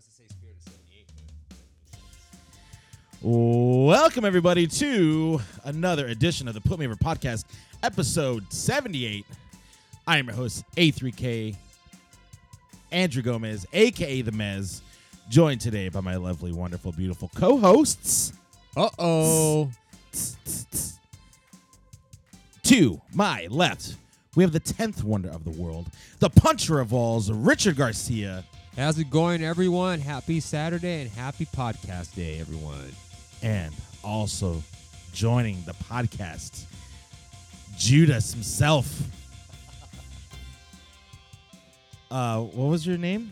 say Spirit of 78, but Welcome, everybody, to another edition of the Put Me Over Podcast, episode 78. I am your host, A3K, Andrew Gomez, aka The Mez, joined today by my lovely, wonderful, beautiful co hosts. Uh oh. To my left, we have the 10th wonder of the world, the puncher of alls, Richard Garcia. How's it going, everyone? Happy Saturday and happy podcast day, everyone. and also joining the podcast, Judas himself. Uh, what was your name?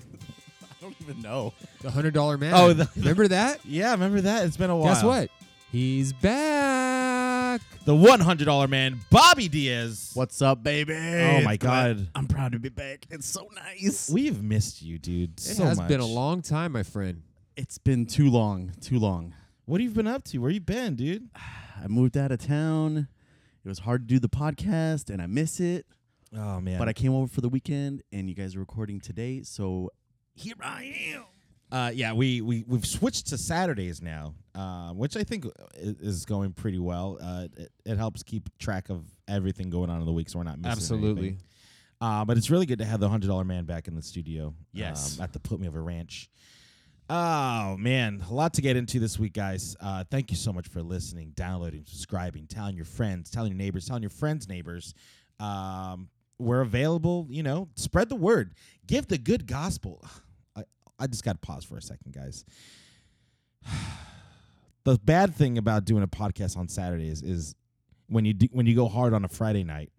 I don't even know. The hundred dollar man. Oh, the- remember that? Yeah, remember that? It's been a while. Guess what? He's back. The one hundred dollar man, Bobby Diaz. What's up, baby? Oh my God. I'm proud to be back. It's so nice. We've missed you, dude. It so has much. been a long time, my friend. it's been too long, too long. What have you been up to? Where you been, dude? I moved out of town. It was hard to do the podcast, and I miss it. Oh man. But I came over for the weekend, and you guys are recording today, so here I am. Uh, yeah, we, we we've switched to Saturdays now, uh, which I think i- is going pretty well. Uh, it, it helps keep track of everything going on in the week, so we're not missing Absolutely. anything. Uh, but it's really good to have the hundred dollar man back in the studio. Yes. um, at the Put Me Over Ranch. Oh man, a lot to get into this week, guys. Uh, thank you so much for listening, downloading, subscribing, telling your friends, telling your neighbors, telling your friends' neighbors. Um, we're available. You know, spread the word, give the good gospel. I, I just got to pause for a second, guys. the bad thing about doing a podcast on Saturdays is when you do, when you go hard on a Friday night,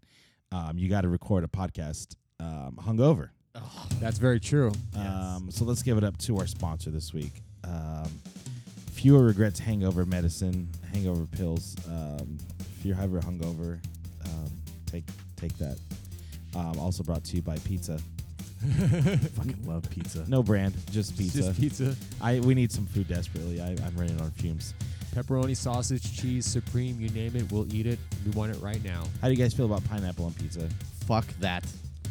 um, you got to record a podcast um, hungover. That's very true. Um, so let's give it up to our sponsor this week. Um, fewer regrets hangover medicine, hangover pills. Um, if you're ever hungover, um, take take that. Um, also brought to you by pizza. Fucking love pizza. No brand, just pizza. Just pizza. I we need some food desperately. I, I'm running on fumes. Pepperoni, sausage, cheese, supreme, you name it, we'll eat it. We want it right now. How do you guys feel about pineapple on pizza? Fuck that.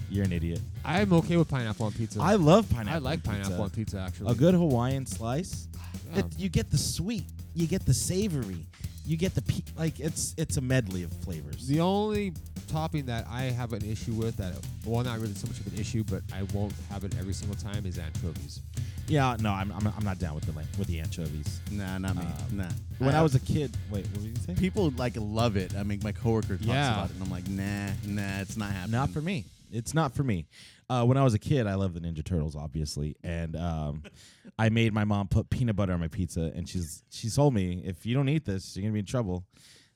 You're an idiot. I'm okay with pineapple on pizza. I love pineapple. I like on pineapple pizza. on pizza actually. A good Hawaiian slice. Yeah. It- you get the sweet, you get the savory, you get the pe- like it's it's a medley of flavors. The only topping that I have an issue with that, well, not really so much of an issue, but I won't have it every single time is anchovies. Yeah, no, I'm, I'm, I'm not down with the lan- with the anchovies. Nah, not me. Um, nah. When I, have- was a kid, wait, what were you saying? people like love it. I mean, my coworker talks Yeah. about it, and I'm like, nah, nah, it's not happening. Not for me. It's not for me. Uh, when I was a kid, I loved the Ninja Turtles, obviously, and um, I made my mom put peanut butter on my pizza, and she's she told me if you don't eat this, you're gonna be in trouble.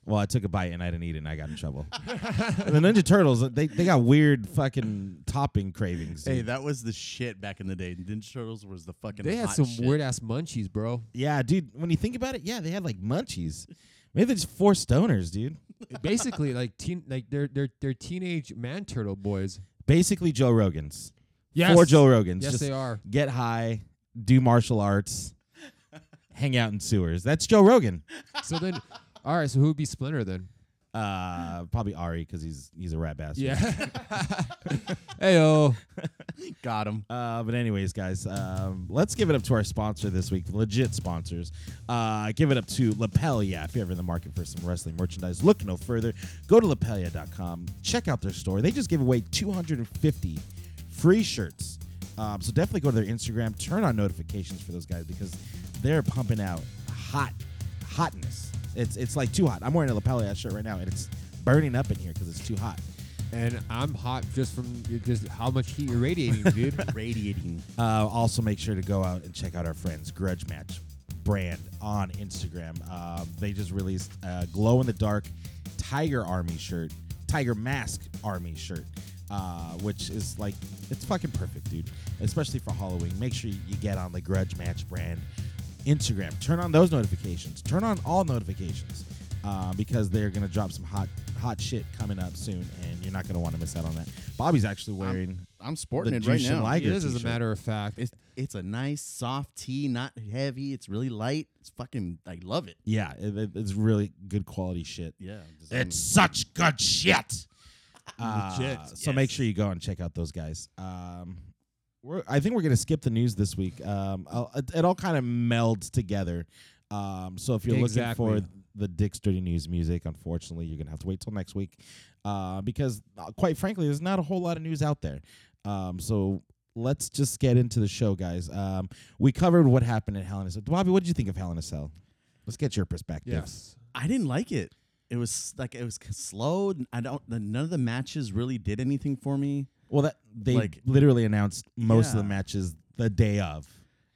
Well, I took a bite and I didn't eat it, and I got in trouble. And the Ninja Turtles, they, they got weird fucking topping cravings. Hey, dude. that was the shit back in the day. Ninja Turtles was the fucking. They had hot some shit. weird ass munchies, bro. yeah, dude. When you think about it, yeah, they had like munchies. Maybe they're just four stoners, dude. Basically, like teen, like they're they're they're teenage man turtle boys. Basically, Joe Rogans. Yes. Four Joe Rogans. Yes, just they are. get high, do martial arts, hang out in sewers. That's Joe Rogan. So then, all right. So who would be Splinter then? Uh, probably Ari because he's he's a rat bastard. Heyo. Got him. Uh, but anyways, guys, um, let's give it up to our sponsor this week, legit sponsors. Uh, give it up to Lapelia if you're ever in the market for some wrestling merchandise. Look no further. Go to lapelia.com. Check out their store. They just give away 250 free shirts. Um, so definitely go to their Instagram. Turn on notifications for those guys because they're pumping out hot hotness. It's it's like too hot. I'm wearing a Lapelia shirt right now and it's burning up in here because it's too hot. And I'm hot just from just how much heat you're radiating, dude. Radiating. Uh, also, make sure to go out and check out our friends Grudge Match brand on Instagram. Uh, they just released a glow in the dark Tiger Army shirt, Tiger Mask Army shirt, uh, which is like, it's fucking perfect, dude, especially for Halloween. Make sure you get on the Grudge Match brand Instagram. Turn on those notifications, turn on all notifications. Uh, because they're gonna drop some hot, hot shit coming up soon, and you're not gonna want to miss out on that. Bobby's actually wearing I'm sporting The it right juice and now. light. it is, as t-shirt. a matter of fact. It's it's a nice soft tea, not heavy. It's really light. It's fucking. I love it. Yeah, it, it- it's really good quality shit. Yeah. just- It's such good shit. Ah, Uh, Legit, Mm. So yes. make sure you go and check out those guys. Um, We're, I think we're gonna skip the news this week. Um, I'll, it, it all kind of melds together. Um, so if you're looking for Exactly. the Dick's Dirty News music, unfortunately, you're gonna have to wait till next week, uh, because uh, quite frankly, there's not a whole lot of news out there. Um, so let's just get into the show, guys. Um, we covered what happened at Hell in a Cell. Bobby, what did you think of Hell in a Cell? Let's get your perspective. Yes. I didn't like it. It was like it was slow. I don't. None of the matches really did anything for me. Well, that they Like- literally announced most of the Yeah. matches the day of.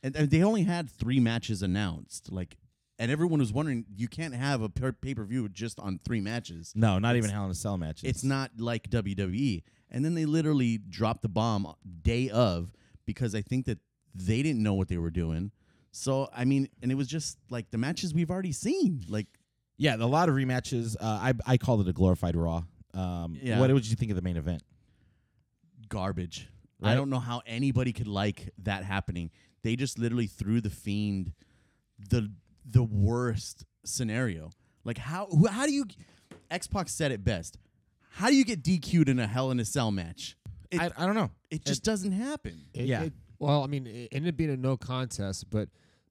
and, and they only had three matches announced. Like, and everyone was wondering, you can't have a pay per view just on three matches. No, not even Hell in a Cell matches. It's not like WWE. And then they literally dropped the bomb day of because I think that they didn't know what they were doing. So I mean, and it was just like the matches we've already seen. Like, Yeah, a lot of rematches. Uh, I I called it a glorified Raw. Um, Yeah. What did you think of the main event? garbage. Right. I don't know how anybody could like that happening. They just literally threw the fiend the the worst scenario. Like how who- how do you Xbox said it best. How do you get DQ'd in a Hell in a Cell match? It, I, I don't know. it just doesn't happen. It- Yeah. it- well, I mean, it ended up being a no contest, but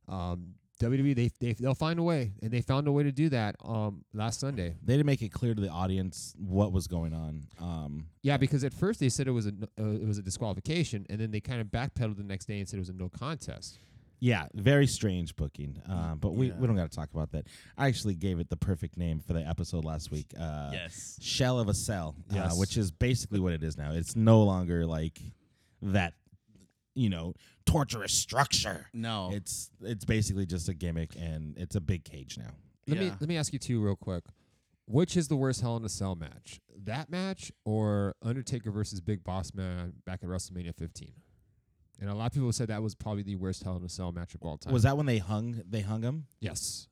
um, WWE they, they they'll find a way, and they found a way to do that um, last Sunday. They didn't make it clear to the audience what was going on. Um, Yeah, because at first they said it was a n- uh, it was a disqualification, and then they kind of backpedaled the next day and said it was a no contest. yeah, very strange booking. Um, but we, Mm, Yeah. we don't got to talk about that. I actually gave it the perfect name for the episode last week. Uh, yes. Shell of a cell, uh, Yes. which is basically what it is now. It's no longer like that, you know, torturous structure. No. It's it's basically just a gimmick, and it's a big cage now. Let me Yeah. let me ask you two real quick. Which is the worst Hell in a Cell match? That match or Undertaker versus Big Boss Man back at WrestleMania 15? And a lot of people said that was probably the worst Hell in a Cell match of all time. Was that when they hung they hung him? Yes.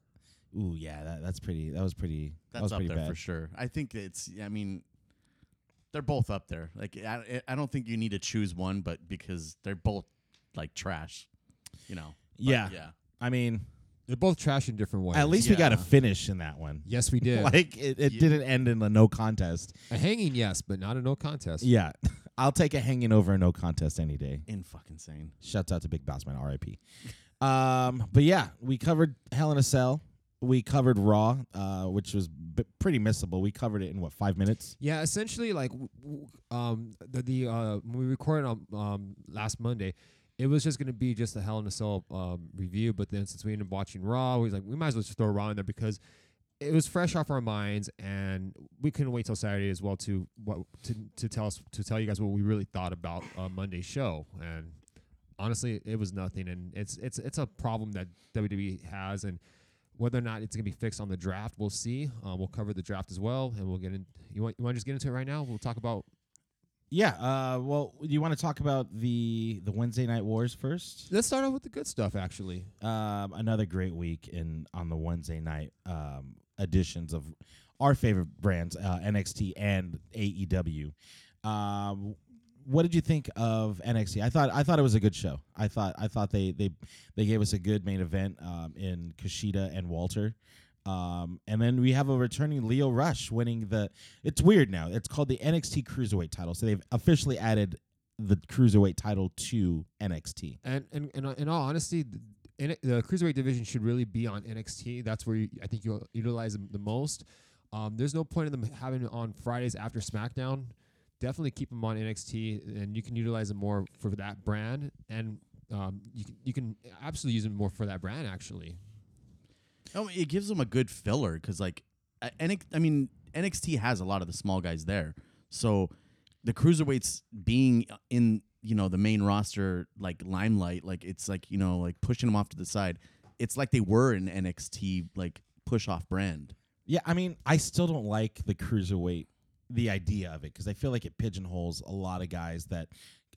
Ooh, yeah, that, that's pretty. That was pretty. that That's was up pretty there bad. for sure. I think it's. I mean, they're both up there. Like I, I don't think you need to choose one, but because they're both like trash, you know. But, Yeah. yeah. I mean, They're both trash in different ways. at least we got a Yeah. finish in that one. Yes, we did. Like it, it Yeah. didn't end in a no contest. a hanging, yes, but not a no contest. Yeah, I'll take a hanging over a no contest any day. In fucking sane. Shouts out to Big Boss Man, R.I.P. Um, but yeah, we covered Hell in a Cell. We covered Raw, uh, which was b- pretty missable. We covered it in what five minutes? Yeah, essentially, like w- w- um, the, the uh, when we recorded on um, last Monday, it was just gonna be just a Hell in a Cell um, review. But then since we ended up watching Raw, we was like, we might as well just throw Raw in there because it was fresh off our minds, and we couldn't wait till Saturday as well to what to, to tell us to tell you guys what we really thought about uh, Monday's show. And honestly, it was nothing, and it's it's it's a problem that WWE has, and whether or not it's going to be fixed on the draft, we'll see. Uh, we'll cover the draft as well, and we'll get in. You want you want to just get into it right now? We'll talk about. Yeah. Uh, well, do you want to talk about the the Wednesday Night Wars first? Let's start off with the good stuff, actually. Um, another great week in on the Wednesday night um, editions of our favorite brands, uh, NXT and AEW. Um, what did you think of NXT? I thought I thought it was a good show. I thought I thought they they they gave us a good main event um, in Kushida and Walter. Um, and then we have a returning Leo Rush winning the. It's weird now. It's called the NXT Cruiserweight title. So they've officially added the Cruiserweight title to NXT. And and and uh, in all honesty, the, in it- the cruiserweight division should really be on NXT. That's where you, I think you'll utilize them the most. Um, there's no point in them having it on Fridays after SmackDown. Definitely keep them on NXT, and you can utilize them more for that brand, and um, you can, you can absolutely use them more for that brand actually. Oh, it gives them a good filler because like, uh, NX, I mean NXT has a lot of the small guys there, so the cruiserweights being in you know the main roster like limelight, like it's like you know like pushing them off to the side. It's like they were in NXT like push off brand. Yeah, I mean, I still don't like the cruiserweight, the idea of it, because I feel like it pigeonholes a lot of guys that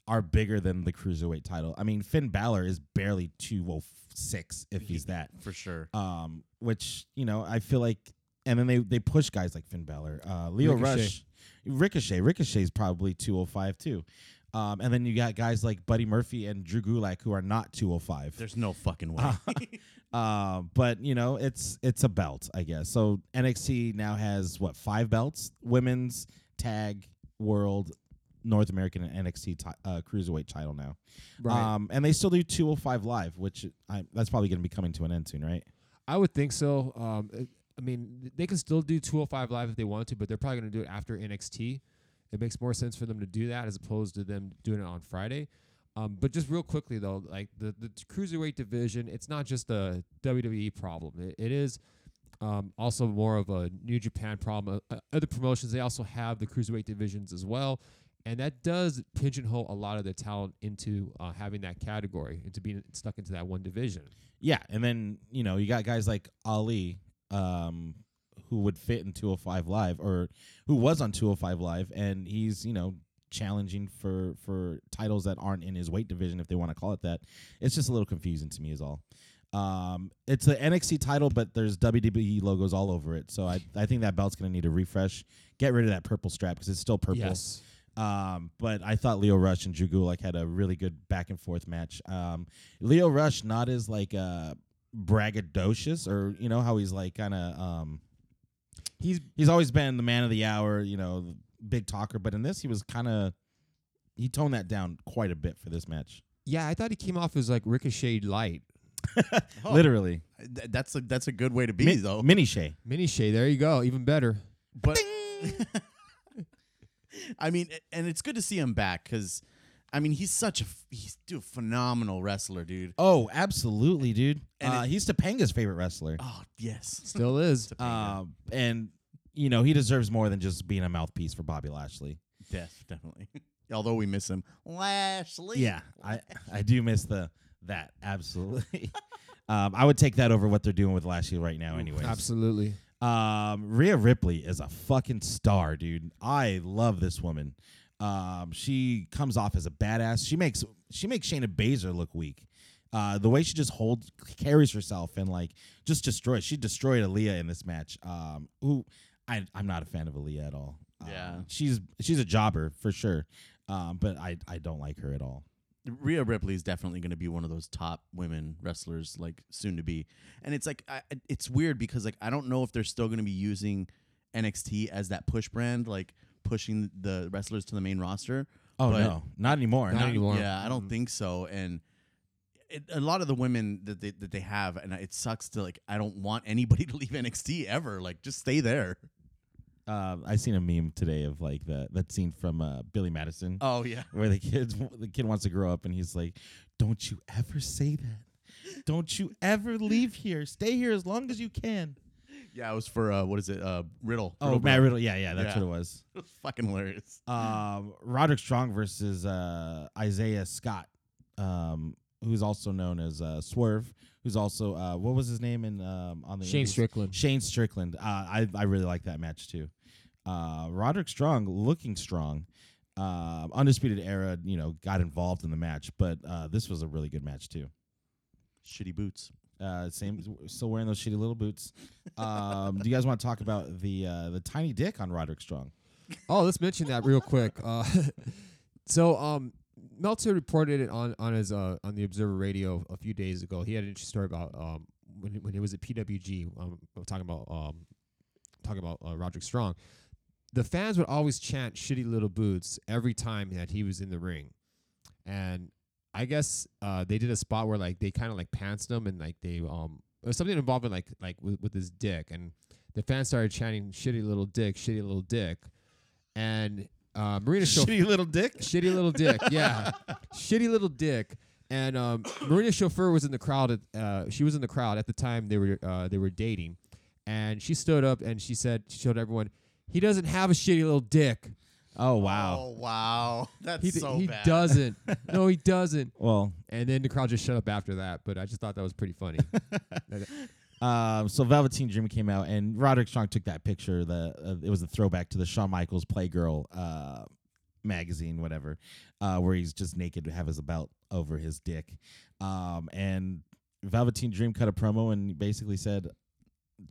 are bigger than the cruiserweight title. I mean, Finn Balor is barely two oh six if he's that. for sure. Um, which you know, I feel like, and then they they push guys like Finn Balor, uh, Leo Ricochet. Rush, Ricochet. Ricochet's probably two oh five too. Um, and then you got guys like Buddy Murphy and Drew Gulak who are not two oh five. There's no fucking way. Uh, but you know, it's it's a belt, I guess. So NXT now has what five belts: women's, tag, world, North American and NXT ti- uh, cruiserweight title now. Right. Um, and they still do 205 Live, which I, that's probably going to be coming to an end soon, right? I would think so. Um, it- I mean, th- they can still do 205 Live if they want to, but they're probably going to do it after NXT. It makes more sense for them to do that as opposed to them doing it on Friday. Um, but just real quickly though, like the the t- cruiserweight division, it's not just a WWE problem. It, it is um, also more of a New Japan problem. Uh, uh, other promotions they also have the cruiserweight divisions as well, and that does pigeonhole a lot of the talent into uh, having that category into being stuck into that one division. Yeah, and then you know you got guys like Ali, um, who would fit in 205 Live or who was on 205 Live, and he's you know challenging for for titles that aren't in his weight division if they want to call it that. It's just a little confusing to me is all. Um, it's an NXT title, but there's WWE logos all over it, so I I think that belt's gonna need a refresh. Get rid of that purple strap because it's still purple. Um, but I thought Leo Rush and Drew Gulak had a really good back and forth match. Um, Leo Rush not as like uh, braggadocious or you know how he's like kind of um, he's he's always been the man of the hour, you know, the big talker. But in this, he was kind of he toned that down quite a bit for this match. Yeah, I thought he came off as like ricocheted light. Oh, Literally, th- that's a that's a good way to be Mi- though. mini Shay. Mini Shay, there you go. Even better. But I mean, a- and it's good to see him back because, I mean, he's such a f- he's dude, a phenomenal wrestler, dude. Oh, absolutely, dude. And Uh, it- he's Topanga's favorite wrestler. Oh yes, Still is. Um, and you know he deserves more than just being a mouthpiece for Bobby Lashley. Def, definitely. Although we miss him, Lashley. Yeah, I I do miss the that absolutely. um, I would take that over what they're doing with Lashley right now, anyway. Absolutely. Um, Rhea Ripley is a fucking star, dude. I love this woman. Um, she comes off as a badass. She makes she makes Shayna Baszler look weak. Uh, the way she just holds carries herself and like just destroys. She destroyed Aaliyah in this match. Um, who I I'm not a fan of Aaliyah at all. Um, Yeah. she's she's a jobber for sure. Um, but I I don't like her at all. Rhea Ripley is definitely going to be one of those top women wrestlers, like soon to be. And it's like, I, it's weird because like I don't know if they're still going to be using NXT as that push brand, like pushing the wrestlers to the main roster. Oh But- no, not anymore. Not Not- anymore. Yeah, I don't think so. And it, a lot of the women that they, that they have, and it sucks to like, I don't want anybody to leave NXT ever. Like, just stay there. uh, I seen a meme today of like the that scene from uh, Billy Madison Oh yeah, where the kids the kid wants to grow up and he's like, "Don't you ever say that. Don't you ever leave here. Stay here as long as you can." yeah. It was for uh, what is it? Uh, Riddle. Oh, Matt Riddle. Yeah, yeah, that's Yeah. what it was. Riddle. fucking hilarious. Um, Roderick Strong versus uh, Isaiah Scott, um, who's also known as uh, Swerve, who's also uh, what was his name in um, on the Shane Indies? Strickland. Shane Strickland. Uh, I I really like that match too. Uh, Roderick Strong looking strong. Uh, Undisputed Era, you know, got involved in the match, but uh, this was a really good match too. Shitty boots. Uh, same, still wearing those shitty little boots. Um, do you guys want to talk about the uh, the tiny dick on Roderick Strong? Oh, let's mention that real quick. Uh, so um Meltzer reported it on on his uh, on the Observer Radio a few days ago. He had an interesting story about um when when it was at PWG. Um, I'm talking about um talking about uh, Roderick Strong. The fans would always chant "shitty little boots" every time that he was in the ring, and I guess uh, they did a spot where like they kind of like pantsed him and like they um it was something involving like like with, with his dick and the fans started chanting "shitty little dick, shitty little dick," and uh, Marina Shafir Shitty little dick. Shitty little dick. Yeah, shitty little dick. And um, Marina Chauffeur was in the crowd. At, uh, she was in the crowd at the time they were uh, they were dating, and she stood up and she said she showed everyone he doesn't have a shitty little dick. Oh wow. Oh wow, that's He d- so he bad. doesn't. no, he doesn't. Well, And then the crowd just shut up after that. But I just thought that was pretty funny. Um, so Velveteen Dream came out, and Roderick Strong took that picture. The uh, it was a throwback to the Shawn Michaels Playgirl uh, magazine, whatever, uh, where he's just naked, have his belt over his dick, um, and Velveteen Dream cut a promo and basically said,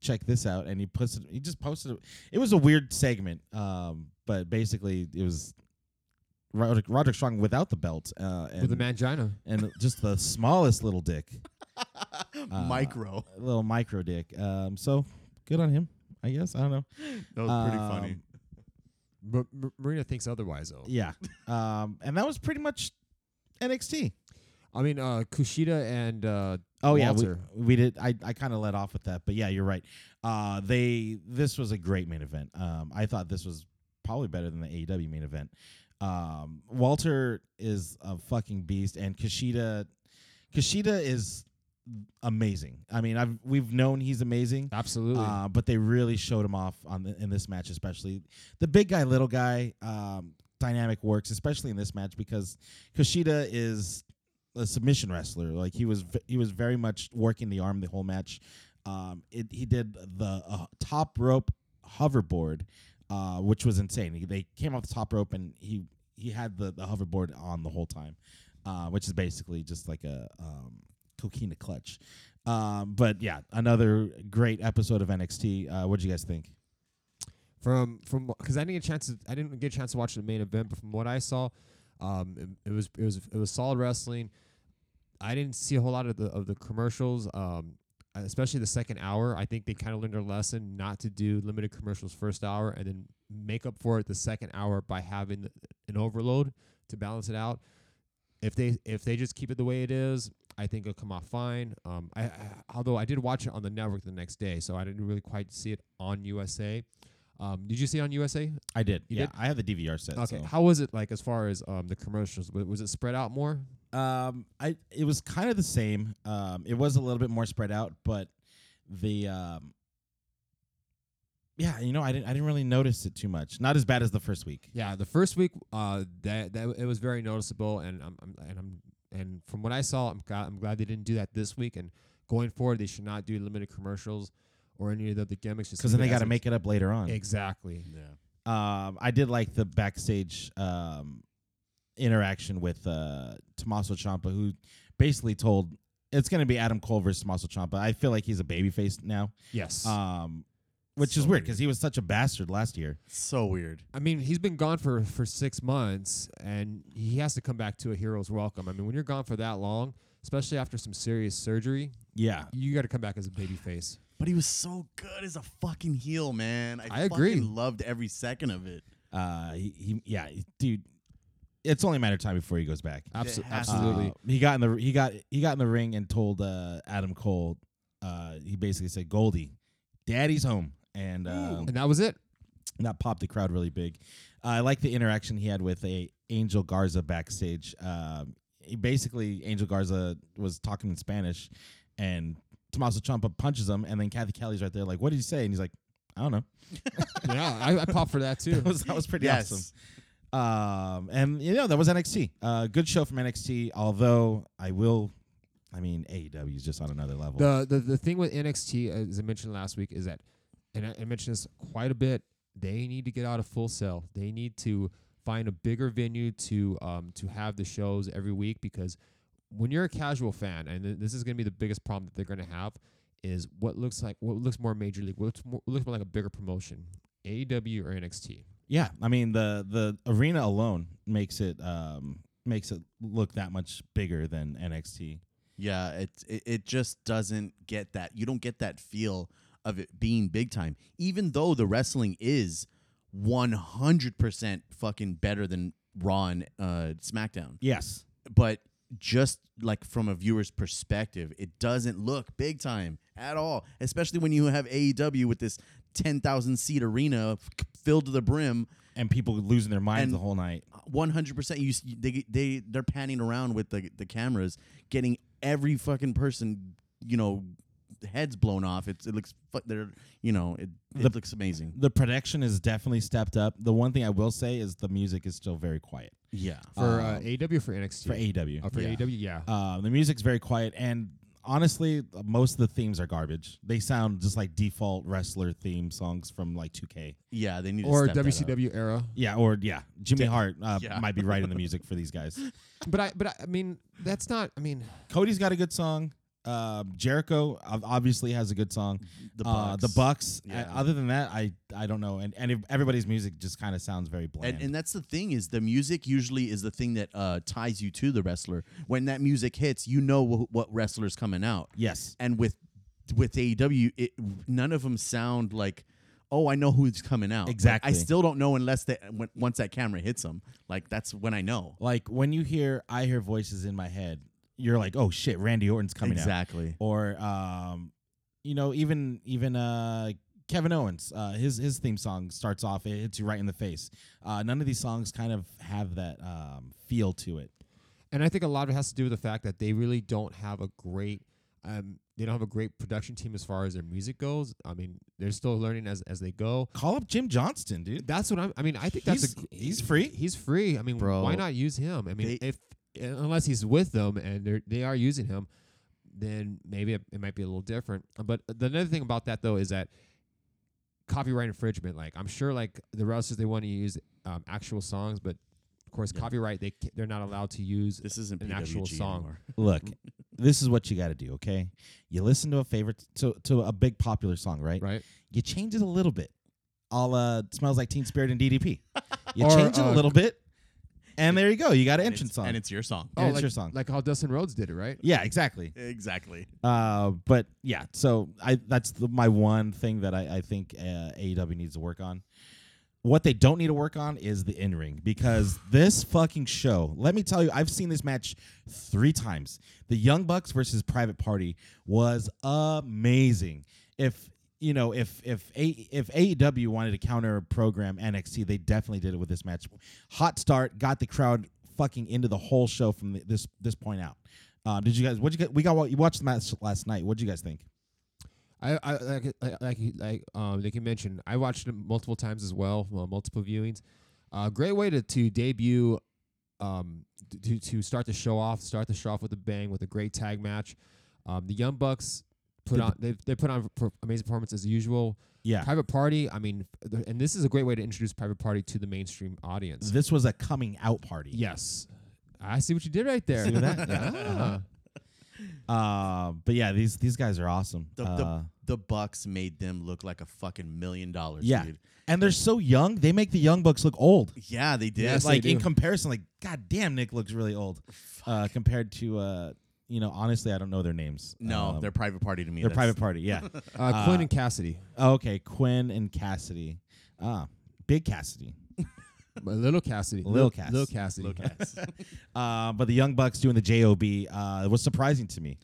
"Check this out," and he posted. He just posted. It, it was a weird segment, um, but basically it was Roderick, Roderick Strong without the belt uh, and With the mangina. and just the smallest little dick Micro. a little micro dick. Um, so good on him, I guess. I don't know. That was pretty Um, funny. But M- Marina thinks otherwise, though. Yeah. Um, and that was pretty much NXT. I mean, uh, Kushida and uh, Oh Walter. yeah, we, we did. I, I kind of let off with that, but yeah, you're right. Uh, they this was a great main event. Um, I thought this was probably better than the AEW main event. Um, Walter is a fucking beast, and Kushida, Kushida is amazing. I mean, I've we've known he's amazing. absolutely. Uh, but they really showed him off on the, in this match, especially the big guy, little guy um, dynamic works, especially in this match because Kushida is a submission wrestler. Like he was, v- he was very much working the arm the whole match. Um, it, he did the uh, top rope hoverboard, uh, which was insane. He, they came off the top rope and he he had the, the hoverboard on the whole time, uh, which is basically just like a um, coquina clutch. Um, but yeah, another great episode of NXT. Uh, what'd you guys think? from from because I didn't get a chance to I didn't get a chance to watch the main event, but from what I saw, um, it, it was it was it was solid wrestling. I didn't see a whole lot of the of the commercials, um, especially the second hour. I think they kind of learned their lesson not to do limited commercials first hour and then make up for it the second hour by having an overload to balance it out. If they if they just keep it the way it is, I think it'll come off fine. Um, I, I although I did watch it on the network the next day, so I didn't really quite see it on USA. Um, did you see it on USA? I did. You yeah, did? I have the DVR set. Okay. so. How was it like as far as um, the commercials? W- Was it spread out more? Um, I it was kind of the same. Um, it was a little bit more spread out, but the um, yeah, you know, I didn't I didn't really notice it too much. Not as bad as the first week. Yeah, the first week, uh, that that it was very noticeable, and I'm, I'm and I'm and from what I saw, I'm glad, I'm glad they didn't do that this week. And going forward, they should not do limited commercials or any of the, the gimmicks. just Because then keep they it as got to is. make it up later on. exactly. Yeah. Um, I did like the backstage um, interaction with uh, Tommaso Ciampa, who basically told it's going to be Adam Cole versus Tommaso Ciampa. I feel like he's a babyface now, Yes. um, which is So weird weird. because he was such a bastard last year. So weird. I mean, he's been gone for for six months, and he has to come back to a hero's welcome. I mean, when you're gone for that long, especially after some serious surgery, Yeah, you got to come back as a baby face. But he was so good as a fucking heel, man. I agree. fucking loved every second of it. uh, he, he yeah, dude. It's only a matter of time before he goes back. Abso- has to be. absolutely. Uh, he got in the he got he got in the ring and told uh, Adam Cole. Uh, he basically said, "Goldie, Daddy's home," and um, and that was it. And that popped the crowd really big. Uh, I like the interaction he had with a Angel Garza backstage. Um, he basically, Angel Garza was talking in Spanish, and Tommaso Ciampa punches him, and then Kathy Kelly's right there, like, "What did you say?" And he's like, "I don't know." yeah, I, I popped for that too. That was that was pretty Yes. awesome. Um, and you know that was NXT. Uh, good show from NXT. Although I will, I mean AEW is just on another level. The, the the thing with NXT, uh, as I mentioned last week, is that, and I, I mentioned this quite a bit. They need to get out of full sale. They need to find a bigger venue to um to have the shows every week because when you're a casual fan, and th- this is going to be the biggest problem that they're going to have, is what looks like what looks more major league, what looks more, looks more like a bigger promotion, AEW or NXT. Yeah, I mean the the arena alone makes it um makes it look that much bigger than NXT. Yeah, it, it it just doesn't get that. You don't get that feel of it being big time, even though the wrestling is one hundred percent fucking better than Raw and uh, SmackDown. Yes. But just like from a viewer's perspective, it doesn't look big time at all. Especially when you have AEW with this ten thousand seat arena f- filled to the brim. And people losing their minds And- the whole night. one hundred percent. You s- they they they're panning around with the the cameras, getting every fucking person, you know, heads blown off. It's it looks fu- they're you know it, it The- looks amazing. The production is definitely stepped up. The one thing I will say is the music is still very quiet Yeah, For uh, AEW, or for NXT, for E AEW. Uh, for yeah. AEW, yeah. Uh, the music's very quiet and honestly most of the themes are garbage. They sound just like default wrestler theme songs from like 2K. yeah. They need or to step that up. WCW era. Yeah, or yeah, Jimmy Hart uh, yeah. might be writing the music for these guys. But I but I, I mean that's not I mean Cody's got a good song. Uh, Jericho ob- obviously has a good song. The Uh, the Bucks. Bucks. Yeah. Uh, other than that, I I don't know. And and if everybody's music just kind of sounds very bland. And, and that's the thing is the music usually is the thing that uh, ties you to the wrestler. When that music hits, you know wh- what wrestler's coming out. yes, E and with with AEW, it none of them sound like oh, I know who's coming out. Like, Exactly. I still don't know unless that when, once that camera hits them. Like that's when I know. Like when you hear I hear voices in my head, you're like, oh shit, Randy Orton's coming out. exactly. or um, you know, even even uh, Kevin Owens, uh, his his theme song starts off, it hits you right in the face. Uh, none of these songs kind of have that um, feel to it. and I think a lot of it has to do with the fact that they really don't have a great um they don't have a great production team as far as their music goes. I mean, they're still learning as as they go. Call up Jim Johnston, dude. That's what I'm. I mean, I think that's a He's- gr- he's free. He's free. I mean, Bro, why not use him? I mean, they- if unless he's with them and they are they are using him, then maybe it, it might be a little different. But the another thing about that though is that copyright infringement. Like I'm sure, like the wrestlers they want to use um, actual songs, but of course, copyright they ca- they're not allowed to use. This isn't an PWG actual song. anymore. Look, this is what you got to do, okay? You listen to a favorite to to a big popular song, right? Right. You change it a little bit, a la "Smells Like Teen Spirit" and DDP. You Or, change it a uh, little bit, and there you go. You got an And entrance it's- song. and it's your song. And it's Oh, like, your song. Like how Dustin Rhodes did it, right? yeah, exactly. Exactly. Uh, but yeah, so I that's the, my one thing that I, I think uh, AEW needs to work on. What they don't need to work on is the in ring because this fucking show. Let me tell you, I've seen this match three times. The Young Bucks versus Private Party was amazing. If you know, if if a, if AEW wanted to counter program NXT, they definitely did it with this match. Hot start got the crowd fucking into the whole show from the, this this point out. Uh, did you guys? What you guys, we got? You watched the match last night. What did you guys think? I, I like like like you- like um like you mentioned, I watched it multiple times as well, uh, multiple viewings. Uh, great way to to debut, um, t- to to start the show off, start the show off with a bang with a great tag match. Um, the Young Bucks put Did on they they put on per- amazing performance as usual. Yeah, Private Party, I mean, f- th- and this is a great way to introduce Private Party to the mainstream audience. this was a coming out party. Yes, I see what you did right there. See that? Uh-huh. yeah. Uh, but yeah, these these guys are awesome. The, Uh, the, the Bucks made them look like a fucking million dollars. yeah, Dude. and they're so young. They make the young bucks look old. Yeah, they did. Yes, they like in do. comparison, like God damn, Nick looks really old uh, compared to uh, you know. Honestly, I don't know their names. no, Um, they're private party to me. they're That's- private party. Yeah. Uh, Quinn and Cassidy, okay, Quinn and Cassidy. Ah, big Cassidy. Uh, little Cassidy, Lil Lil- Cass. Lil Cassidy, Lil Uh, but the young bucks doing the job uh, was surprising to me.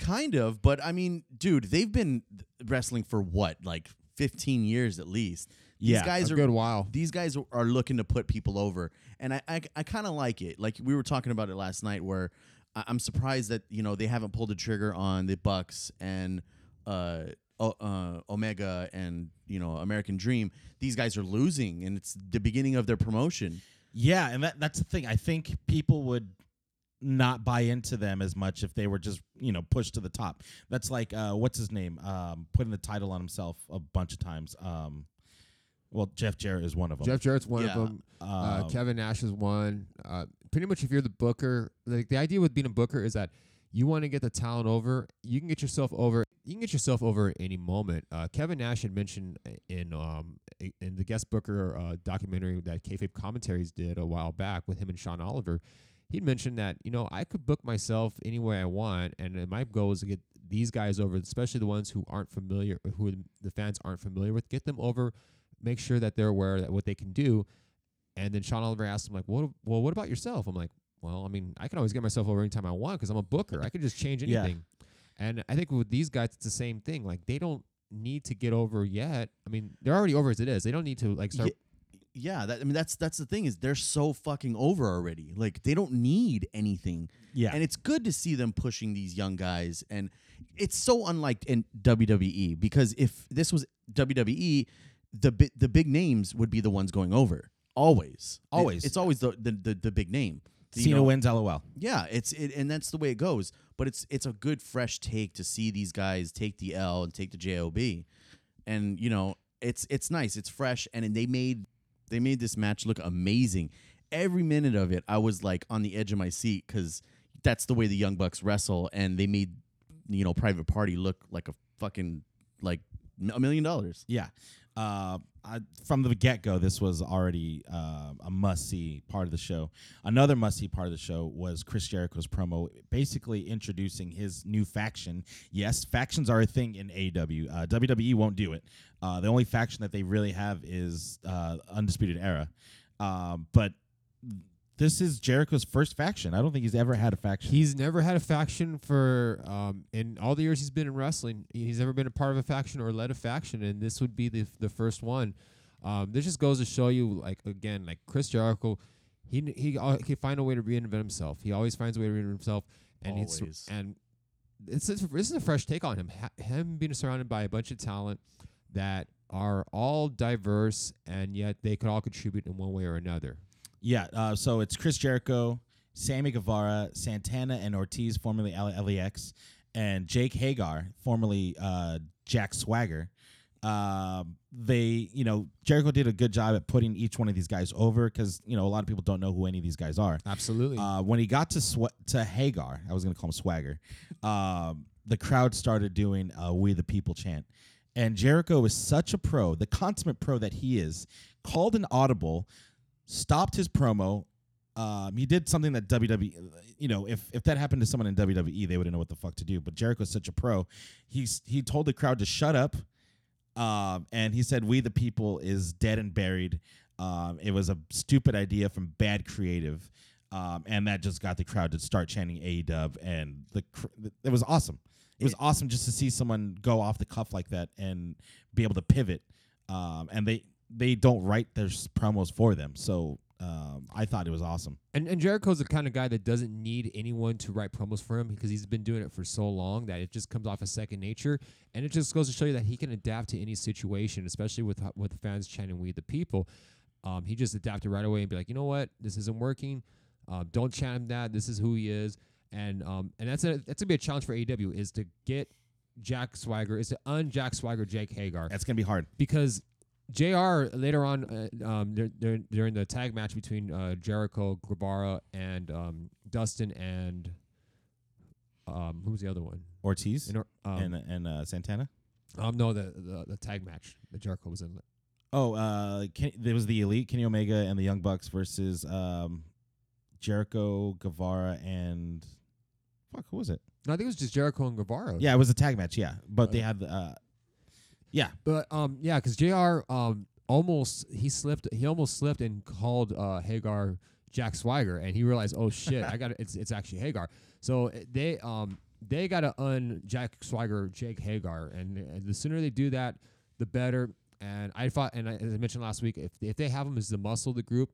Kind of, but I mean, dude, they've been wrestling for what, like 15 years at least. These Yeah, guys a are good while. These guys are looking to put people over, and I I, I kind of like it. Like we were talking about it last night, where I, I'm surprised that you know they haven't pulled the trigger on the Bucks and uh, o- uh Omega and you know American Dream. These guys are losing, and it's the beginning of their promotion. Yeah, and that that's the thing. I think people would not buy into them as much if they were just you know pushed to the top. That's like uh, what's his name um, putting the title on himself a bunch of times. Um, well, Jeff Jarrett is one of them. Jeff Jarrett's one Yeah. of them. Uh, Um, Kevin Nash is one. Uh, pretty much, if you're the booker, like the idea with being a booker is that you want to get the talent over. You can get yourself over. You can get yourself over at any moment. Uh, Kevin Nash had mentioned in um in the guest booker uh, documentary that Kayfabe Commentaries did a while back with him and Sean Oliver. He'd mentioned that you know I could book myself any way I want, and then my goal is to get these guys over, especially the ones who aren't familiar, who the fans aren't familiar with, get them over, make sure that they're aware that what they can do, and then Sean Oliver asked him, like, "What? Well, what about yourself?" I'm like, "Well, I mean, I can always get myself over anytime I want because I'm a booker. I can just change Yeah. anything." And I think with these guys, it's the same thing. Like, they don't need to get over yet. I mean, they're already over as it is. They don't need to like start. Yeah, that, I mean that's that's the thing is they're so fucking over already. Like they don't need anything. Yeah. and it's good to see them pushing these young guys, and it's so unlike in WWE because if this was WWE, the bi- the big names would be the ones going over always. It- Always. it's always the the the, the big name. You Cena know, wins. LOL. yeah, it's it, and that's the way it goes. But it's it's a good fresh take to see these guys take the L and take the job, and you know it's it's nice, it's fresh, and, and they made they made this match look amazing. Every minute of it, I was like on the edge of my seat because that's the way the Young Bucks wrestle, and they made you know Private Party look like a fucking like a million dollars. Yeah. Uh, I, from the get go, this was already uh, a must see part of the show. Another must see part of the show was Chris Jericho's promo, basically introducing his new faction. Yes, factions are a thing in AW. Uh, WWE won't do it. Uh, the only faction that they really have is uh, Undisputed Era. Um, but this is Jericho's first faction. I don't think he's ever had a faction. He's never had a faction for um, in all the years he's been in wrestling. He's never been a part of a faction or led a faction, and this would be the the first one. Um, this just goes to show you, like again, like Chris Jericho, he kn- he al- he find a way to reinvent himself. He always finds a way to reinvent himself, and Always. he's and it's, it's this is a fresh take on him. Ha- him being surrounded by a bunch of talent that are all diverse and yet they could all contribute in one way or another. Yeah, uh, so it's Chris Jericho, Sammy Guevara, Santana and Ortiz, formerly L- LEX, and Jake Hagar, formerly uh, Jack Swagger. Um, they, you know, Jericho did a good job at putting each one of these guys over because, you know, a lot of people don't know who any of these guys are. Absolutely. Uh, when he got to sw- to Hagar, I was gonna call him Swagger. Um, the crowd started doing uh, "We the People" chant, and Jericho is such a pro, the consummate pro that he is, called an audible, stopped his promo. Um, he did something that WWE, you know, if if that happened to someone in WWE, they wouldn't know what the fuck to do. But Jericho's such a pro, he's he told the crowd to shut up. Um, and he said, "We the people is dead and buried." Um, it was a stupid idea from bad creative, um, and that just got the crowd to start chanting AEW, and the cr- it was awesome. It was awesome just to see someone go off the cuff like that and be able to pivot. Um, and they they don't write their s- promos for them, so um, I thought it was awesome. And, and Jericho's the kind of guy that doesn't need anyone to write promos for him because he's been doing it for so long that it just comes off as second nature. And it just goes to show you that he can adapt to any situation, especially with ho- with fans chanting "We the People." Um, he just adapted right away and be like, you know what, this isn't working. Um, don't chant him that. This is who he is. And um, and that's a that's gonna be a challenge for AEW is to get Jack Swagger is to un Jack Swagger Jake Hagar That's gonna be hard. because JR later on uh, um, dur- dur- during the tag match between uh, Jericho, Guevara, and um, Dustin and um, who was the other one? Ortiz In or- and um, and uh, Santana. um, no, the, the the tag match that Jericho was in. Oh, uh, Ken, there was the Elite, Kenny Omega, and the Young Bucks versus um, Jericho, Guevara, and fuck, who was it? No, I think it was just Jericho and Guevara. Yeah, it was a tag match. Yeah, but they had uh, yeah, But um, yeah, because Jr. um almost he slipped. He almost slipped and called uh, Hagar Jack Swagger, and he realized, oh shit, I got to it's it's actually Hagar. So uh, they um they got to un Jack Swagger Jake Hagar, and, uh the sooner they do that, the better. And I thought, and I, as I mentioned last week, if if they have him as the muscle of the group,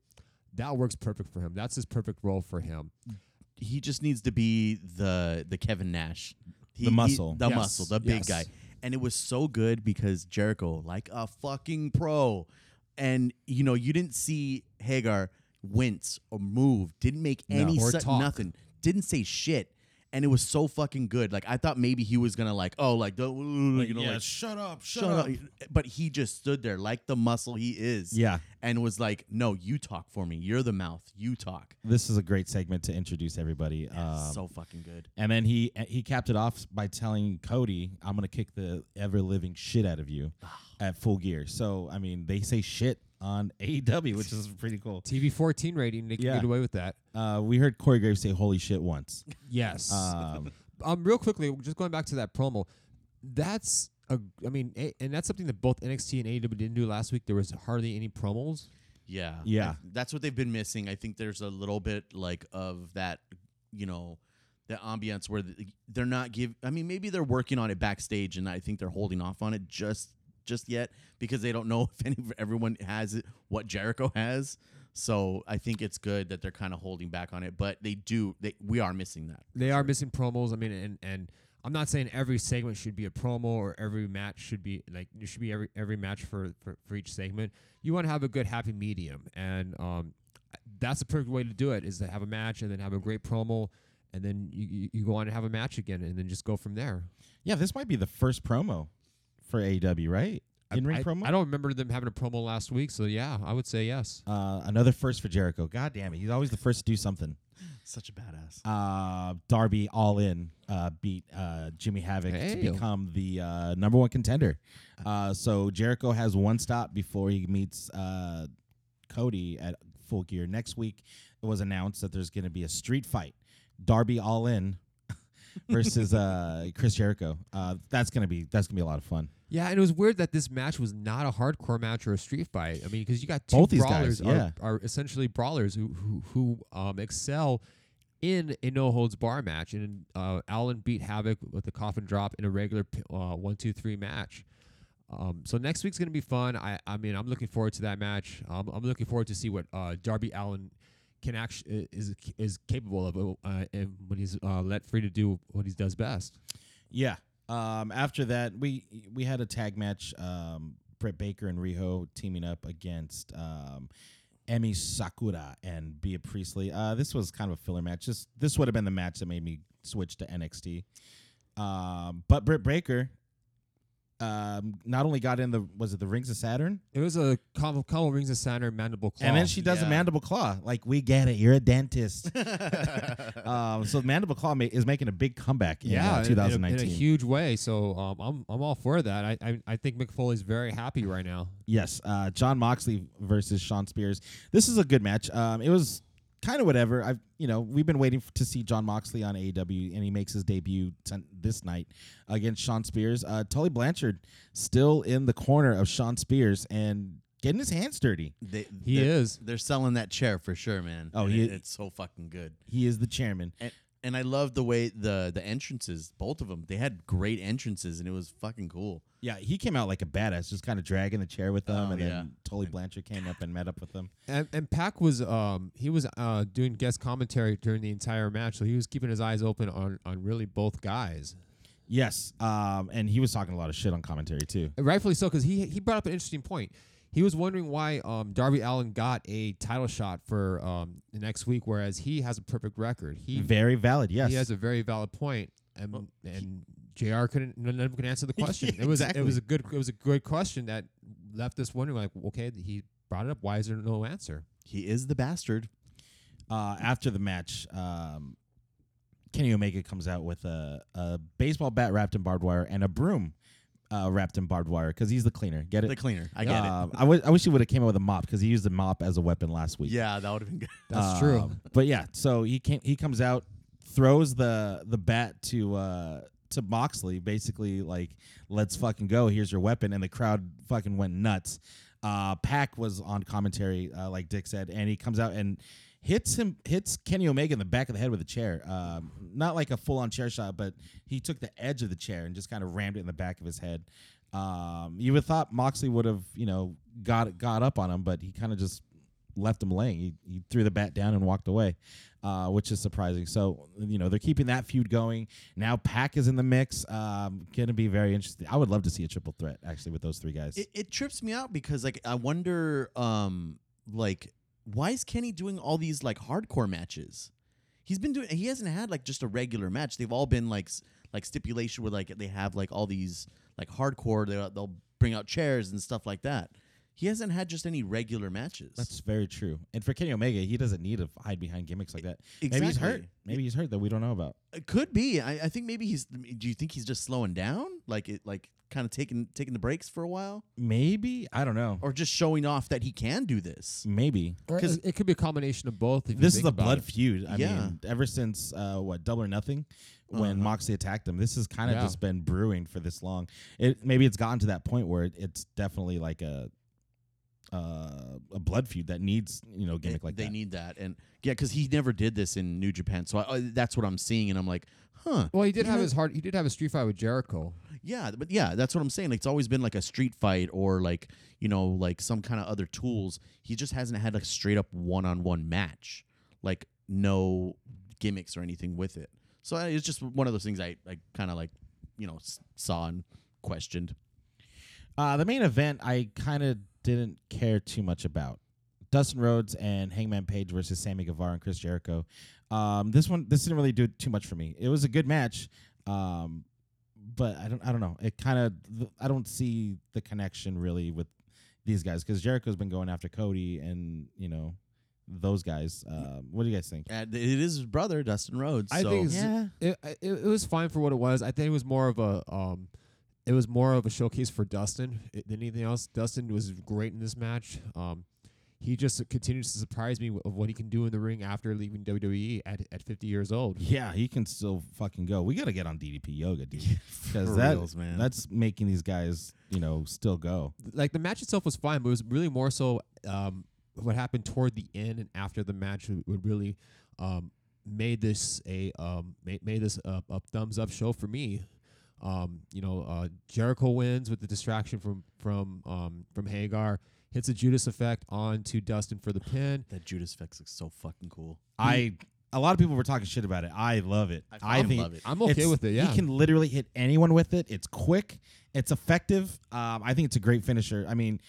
that works perfect for him. That's his perfect role for him. he just needs to be the the Kevin Nash, He- The he- muscle. the Yes, muscle, the big yes. guy. And it was so good because Jericho, like a fucking pro, and you know you didn't see Hagar wince or move, didn't make No. any Or su- talk. nothing, didn't say shit, and it was so fucking good. Like I thought maybe he was gonna like oh like the you know like shut up, shut up, but he just stood there like the muscle he is, Yeah, and was like no you talk for me, you're the mouth, you talk. this is a great segment to introduce everybody. Um, so fucking good. and then he he capped it off by telling Cody, "I'm gonna kick the ever living shit out of you Ah. at full gear." So I mean, they say shit on AEW, which is pretty cool. TV fourteen rating, they Yeah. can get away with that. Uh, we heard Corey Graves say "holy shit" once. Yes. Um, um, real quickly, just going back to that promo, that's a, I mean, a, and that's something that both NXT and AEW didn't do last week. There was hardly any promos. Yeah. Yeah. I- that's what they've been missing. I think there's a little bit like of that, you know, the ambiance where th- they're not give I mean maybe they're working on it backstage and I think they're holding off on it just just yet because they don't know if any everyone has it, what Jericho has. So I think it's good that they're kind of holding back on it, but they do they we are missing that. They are missing promos. I mean, and and I'm not saying every segment should be a promo or every match should be like there should be every every match for for, for each segment. You want to have a good happy medium, and um, that's the perfect way to do it is to have a match and then have a great promo. And then you, you, you go on to have a match again, and then just go from there. yeah, this might be the first promo for AEW, right? In ring I, promo. I don't remember them having a promo last week, so yeah, I would say yes. Uh, another first for Jericho. God damn it, he's always the first to do something. Such a badass. uh, Darby All In uh, beat uh, Jimmy Havoc Hey. to become the uh, number one contender. Uh, so Jericho has one stop before he meets uh, Cody at Full Gear next week. It was announced that there's going to be a street fight, Darby All In versus uh, Chris Jericho. Uh, that's gonna be that's gonna be a lot of fun. Yeah, and it was weird that this match was not a hardcore match or a street fight. I mean, because you got two Both these brawlers guys, yeah. are, are essentially brawlers who who, who um, excel in a no holds bar match. And uh, Allen beat Havoc with a coffin drop in a regular p- uh, one two three match. Um, so next week's gonna be fun. I I mean I'm looking forward to that match. Um, I'm looking forward to see what uh, Darby Allen can actually is is capable of uh, and when he's uh, let free to do what he does best. Yeah. Um, after that, we we had a tag match. Um, Britt Baker and Riho teaming up against um, Emi Sakura and Bea Priestley. Uh, this was kind of a filler match. This this would have been the match that made me switch to NXT. Um, but Britt Baker um, not only got in the was it the Rings of Saturn, It was a couple, couple rings of center mandible claw. and then she does a yeah. mandible claw. Like we get it, you're a dentist. um, so mandible claw ma- is making a big comeback in yeah, uh, in- in a- 2019. in a, huge way. So um, I'm I'm all for that. I I, I think McFoley's very happy right now. Yes, uh, John Moxley versus Sean Spears. This is a good match. Um, it was kind of whatever. I've you know we've been waiting f- to see John Moxley on AEW, and he makes his debut ton this night against Sean Spears. Uh, Tully Blanchard still in the corner of Sean Spears and getting his hands dirty. They, He they're- is. They're selling that chair for sure, man. Oh, And he- it- it's so fucking good. He is the chairman. And, and I love the way the the entrances, both of them, they had great entrances, and it was fucking cool. Yeah, he came out like a badass, just kind of dragging the chair with them, Oh, and yeah. then Tully Blanchard came up and met up with them. And, and Pac was um he was uh doing guest commentary during the entire match, so he was keeping his eyes open on on really both guys. Yes, um, and he was talking a lot of shit on commentary too. And rightfully so, because he he brought up an interesting point. He was wondering why um, Darby Allen got a title shot for um, the next week, whereas he has a perfect record. He Very valid. Yes, Mm. he has a very valid point, and and Jr. couldn't none of them could answer the question. Yeah, it was it exactly. was a good it was a good question that left us wondering like okay he brought it up why is there no answer? He is the bastard. uh, after the match, um, Kenny Omega comes out with a, a baseball bat wrapped in barbed wire and a broom uh, wrapped in barbed wire because he's the cleaner. Get it? The cleaner. I get Um, I, w- I wish he would have came out with a mop because he used the mop as a weapon last it. week. Yeah, that would have been good. That's true. Um, But yeah, so he came. He comes out, throws the the bat to uh, to Moxley, basically like, "Let's fucking go. Here's your weapon," and the crowd fucking went nuts. Uh, Pack was on commentary, uh, like Dick said, and he comes out and hits him, hits Kenny Omega in the back of the head with a chair. Um, not like a full on chair shot, but he took the edge of the chair and just kind of rammed it in the back of his head. Um, you would have thought Moxley would have, you know, got got up on him, but he kind of just left him laying. He, he threw the bat down and walked away, uh, which is surprising. So you know they're keeping that feud going. Now Pac is in the mix. Um, gonna be very interesting. I would love to see a triple threat actually with those three guys. It, it trips me out because like I wonder um like why is Kenny doing all these like hardcore matches? He's been doing he hasn't had like just a regular match. They've all been like s- like stipulation where like they have like all these like hardcore they they'll bring out chairs and stuff like that. He hasn't had just any regular matches. That's very true. And for Kenny Omega, he doesn't need to hide behind gimmicks like that. Maybe he's E Exactly. hurt. Maybe he's hurt that we don't know about. It could be. I, I think maybe he's do you think he's just slowing down? Like it like kind of taking taking the breaks for a while Maybe I don't know. or just showing off that he can do this. Maybe. Because uh, it could be a combination of both. if you This is a think about blood it. feud. I Yeah. mean, ever since uh, what Double or Nothing, when Moxley attacked him, this has kind of Uh-huh. Yeah. just been brewing for this long. It maybe it's gotten to that point where it, it's definitely like a uh, a blood feud that needs you know gimmick They- like they that. need that, and yeah, because he never did this in New Japan, so I, I, that's what I'm seeing, and I'm like, huh, Well, he did have his hard. He did have a street fight with Jericho. yeah, but yeah, that's what I'm saying. Like, it's always been like a street fight or like you know like some kind of other tools. He just hasn't had a straight up one on one match, like no gimmicks or anything with it. So I, it's just one of those things I I kind of like you know s- saw and questioned. uh, the main event I kind of didn't care too much about. Dustin Rhodes and Hangman Page versus Sammy Guevara and Chris Jericho. Um, this one this didn't really do too much for me. It was a good match, um, but I don't I don't know. It kind of I don't see the connection really with these guys because Jericho's been going after Cody and you know those guys. Um, what do you guys think? And Uh, it is his brother, Dustin Rhodes. I so think it's- yeah. it, I- it it was fine for what it was. I think it was more of a um, it was more of a showcase for Dustin i- than anything else. Dustin was great in this match. Um, he just continues to surprise me w- of what he can do in the ring after leaving WWE at at 50 years old. Yeah, he can still fucking go. We got to get on DDP yoga, dude, because For that reals, man. that's making these guys, you know, still go. Like the match itself was fine, but it was really more so um, what happened toward the end and after the match w- would really um, made this a um, made, made this a, a thumbs up show for me. Um, you know, uh, Jericho wins with the distraction from from um, from Hagar, hits a Judas effect onto Dustin for the pin. that Judas Fex is so fucking cool. I a lot of people were talking shit about it. I love it. I fucking love it. I'm okay it's- with it. Yeah, he can literally hit anyone with it. It's quick. It's effective. Um, I think it's a great finisher. I mean,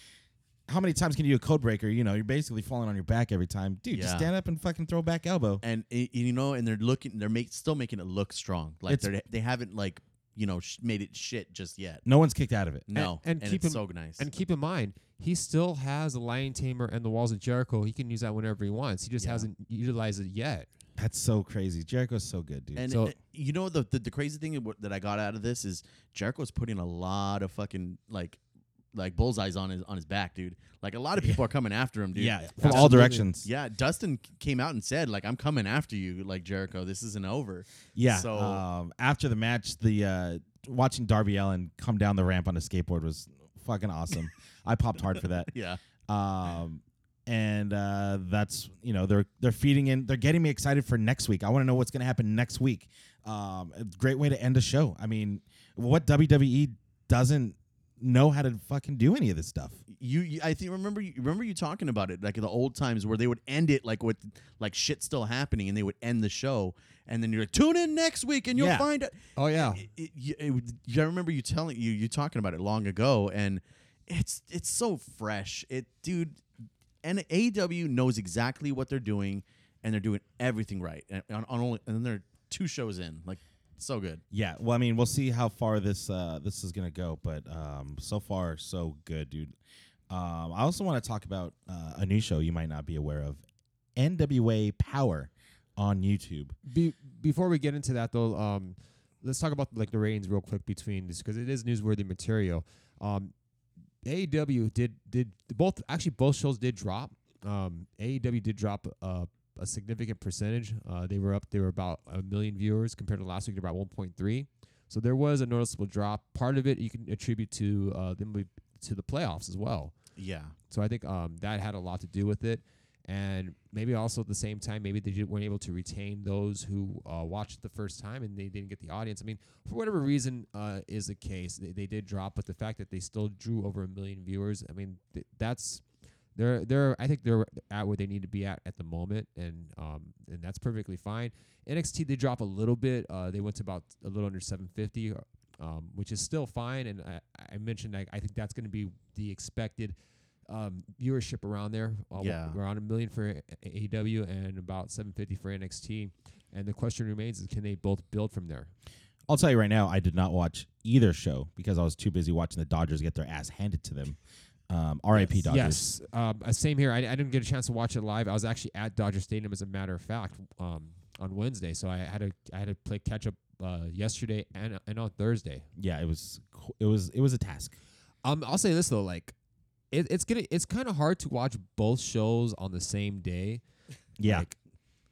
how many times can you do a code breaker? You know, you're basically falling on your back every time, dude. Just Yeah. stand up and fucking throw back elbow. And i you know, and they're looking, they're make, still making it look strong. Like It's- they they haven't like you know sh- made it shit just yet. No one's kicked out of it. No, and and, keep it's in- so nice. And keep in mind, he still has the Lion Tamer and the Walls of Jericho. He can use that whenever he wants. He just Yeah. hasn't utilized it yet. That's so crazy. Jericho's so good, dude. And So- uh, you know the, the the crazy thing of what- that I got out of this is Jericho's putting a lot of fucking like like bullseyes on his on his back, dude. Like a lot of people are coming after him, dude. yeah, from all Absolutely. directions. Yeah, Dustin c- came out and said like I'm coming after you, like Jericho. This isn't over. Yeah. So- um, after the match, the uh, watching Darby Allen come down the ramp on a skateboard was fucking awesome. I popped hard for that. Yeah. Um, and uh, that's you know they're they're feeding in. They're getting me excited for next week. I want to know what's going to happen next week. Um, a great way to end a show. I mean, what WWE doesn't know how to fucking do any of this stuff. You, you I think remember you remember you talking about it like the old times where they would end it like with like shit still happening and they would end the show and then you're like tune in next week and you'll Yeah. find out Oh yeah, it, it, you- it, would- I remember you telling you you talking about it long ago, and it's it's so fresh. It, dude, and AW knows exactly what they're doing, and they're doing everything right. And on, on only and they're two shows in, like so good. Yeah, well, I mean, we'll see how far this uh, this is gonna go, but um, so far so good, dude. Um, I also want to talk about uh, a new show you might not be aware of, NWA Power on YouTube. Be- before we get into that though, um, let's talk about like the ratings real quick between this because it is newsworthy material. Um, AEW did did both actually both shows did drop. Um, AEW did drop uh, a significant percentage. Uh, they were up. They were about a million viewers compared to last week, about 1.3. So there was a noticeable drop. Part of it you can attribute to uh, them we- to the playoffs as well. Yeah, So I think um, that had a lot to do with it. And maybe also at the same time, maybe they did, weren't able to retain those who uh, watched it the first time and they didn't get the audience. I mean, for whatever reason uh, is the case, they, they did drop, but the fact that they still drew over a million viewers, I mean, th- that's they're they're I think they're at where they need to be at at the moment, and um and that's perfectly fine. NXT they drop a little bit, uh, they went to about a little under 750, um, which is still fine. And I, I mentioned I, I think that's going to be the expected um, viewership around there. Uh, wa- Yeah. around a million for A- A- AEW and about 750 for NXT. And the question remains is can they both build from there? I'll tell you right now, I did not watch either show because I was too busy watching the Dodgers get their ass handed to them. Um, R.I.P. Dodgers. Yes. Um, uh, same here. I, I didn't get a chance to watch it live. I was actually at Dodger Stadium, as a matter of fact, um, on Wednesday. So I had to I had to play catch up uh, yesterday and and on Thursday. Yeah, it was qu- it was it was a task. Um, I'll say this though, like it, it's gonna it's kind of hard to watch both shows on the same day. Yeah, Like,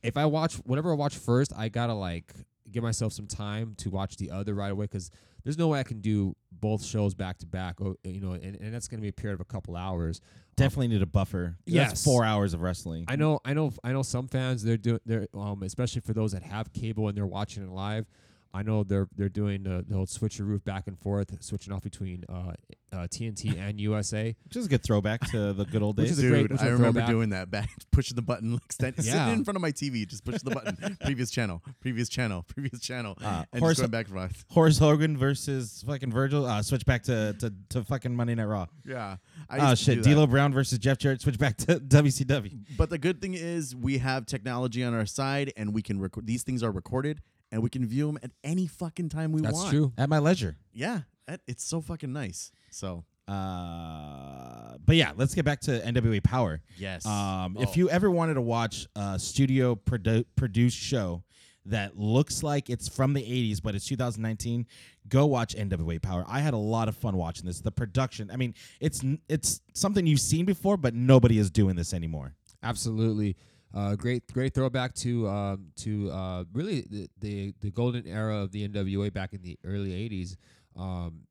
if I watch whatever I watch first, I gotta like give myself some time to watch the other right away because there's no way I can do both shows back to back. Or you know, and, and that's gonna be a period of a couple hours. definitely need a buffer. That's Yes. four hours of wrestling. I know, I know, I know. Some fans they're doing, they're um, especially for those that have cable and they're watching it live. I know they're they're doing the, the old switcheroo back and forth, switching off between uh, uh, TNT and USA. Which is a good throwback to the good old Which days. is a great- which I is a remember throwback. doing that back, pushing the button, like stand, Yeah. sitting in front of my TV, just push the button, previous channel, previous channel, previous channel, Uh, and horse- just going back and forth. Horace Hogan versus fucking Virgil. Uh, switch back to, to, to fucking Monday Night Raw. Yeah. Ah, I Oh used to shit, do that. D'Lo Brown versus Jeff Jarrett. Switch back to WCW. But the good thing is we have technology on our side, and we can record. These things are recorded, and we can view them at any fucking time we That's want. true. At my leisure. Yeah, that, it's so fucking nice. So Uh, but yeah, let's get back to NWA Power. Yes. Um, Oh. If you ever wanted to watch a studio produ- produced show that looks like it's from the 80s, but it's 2019, go watch NWA Power. I had a lot of fun watching this. The production, I mean, it's n- it's something you've seen before, but nobody is doing this anymore. Absolutely. Uh, great, great throwback to um, to uh, really the, the the golden era of the NWA back in the early '80s. Um,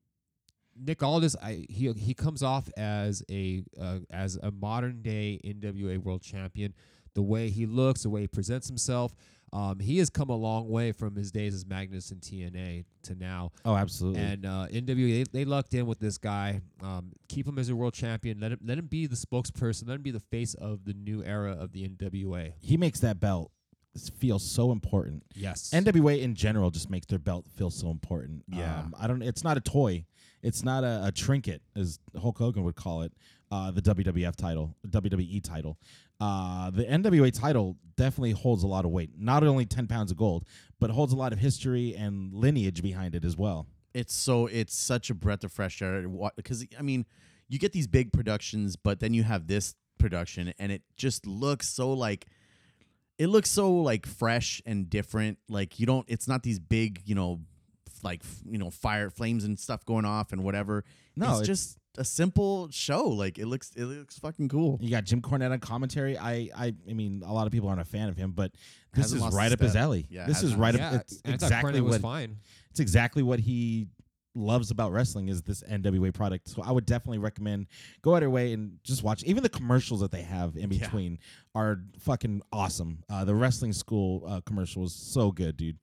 Nick Aldis, I, he he comes off as a uh, as a modern day NWA World Champion. The way he looks, the way he presents himself, um, he has come a long way from his days as Magnus in TNA to now. Oh, absolutely. And uh, NWA, they, they lucked in with this guy. Um, keep him as a world champion. Let him let him be the spokesperson. Let him be the face of the new era of the NWA. he makes that belt s- feel so important. Yes. NWA in general just makes their belt feel so important. Yeah. Um, I don't. It's not a toy. It's not a, a trinket, as Hulk Hogan would call it. Uh, the WWF title, WWE title. Uh, the NWA title definitely holds a lot of weight. Not only ten pounds of gold, but holds a lot of history and lineage behind it as well. it's so it's such a breath of fresh air because I mean, you get these big productions, but then you have this production, and it just looks so like it looks so like fresh and different. Like you don't, it's not these big, you know, f- like f- you know, fire flames and stuff going off and whatever. No, it's, it's- just a simple show. Like it looks, it looks fucking cool. You got Jim Cornette on commentary. I, I, I mean, a lot of people aren't a fan of him, but this Hasn't is lost right his up his step. alley. Yeah, this is hasn't- right Yeah, up. It's and I thought exactly Cornette was what fine. it's exactly what he loves about wrestling is this NWA product. So I would definitely recommend go out of your way and just watch. Even the commercials that they have in Yeah. between are fucking awesome. Uh, the wrestling school uh, commercial was so good, dude.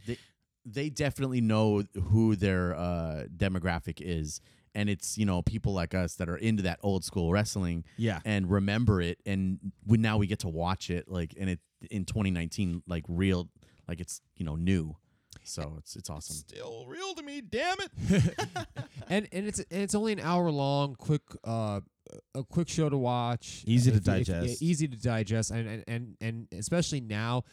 They definitely know who their uh, demographic is. And it's you know people like us that are into that old school wrestling, Yeah. and remember it and we, now we get to watch it like and it in 2019 like real like it's you know new so it's it's awesome Still real to me, damn it. And and it's and it's only an hour long, quick uh, a quick show to watch. Easy to If- if- yeah, digest. easy to digest, and and and, and especially now.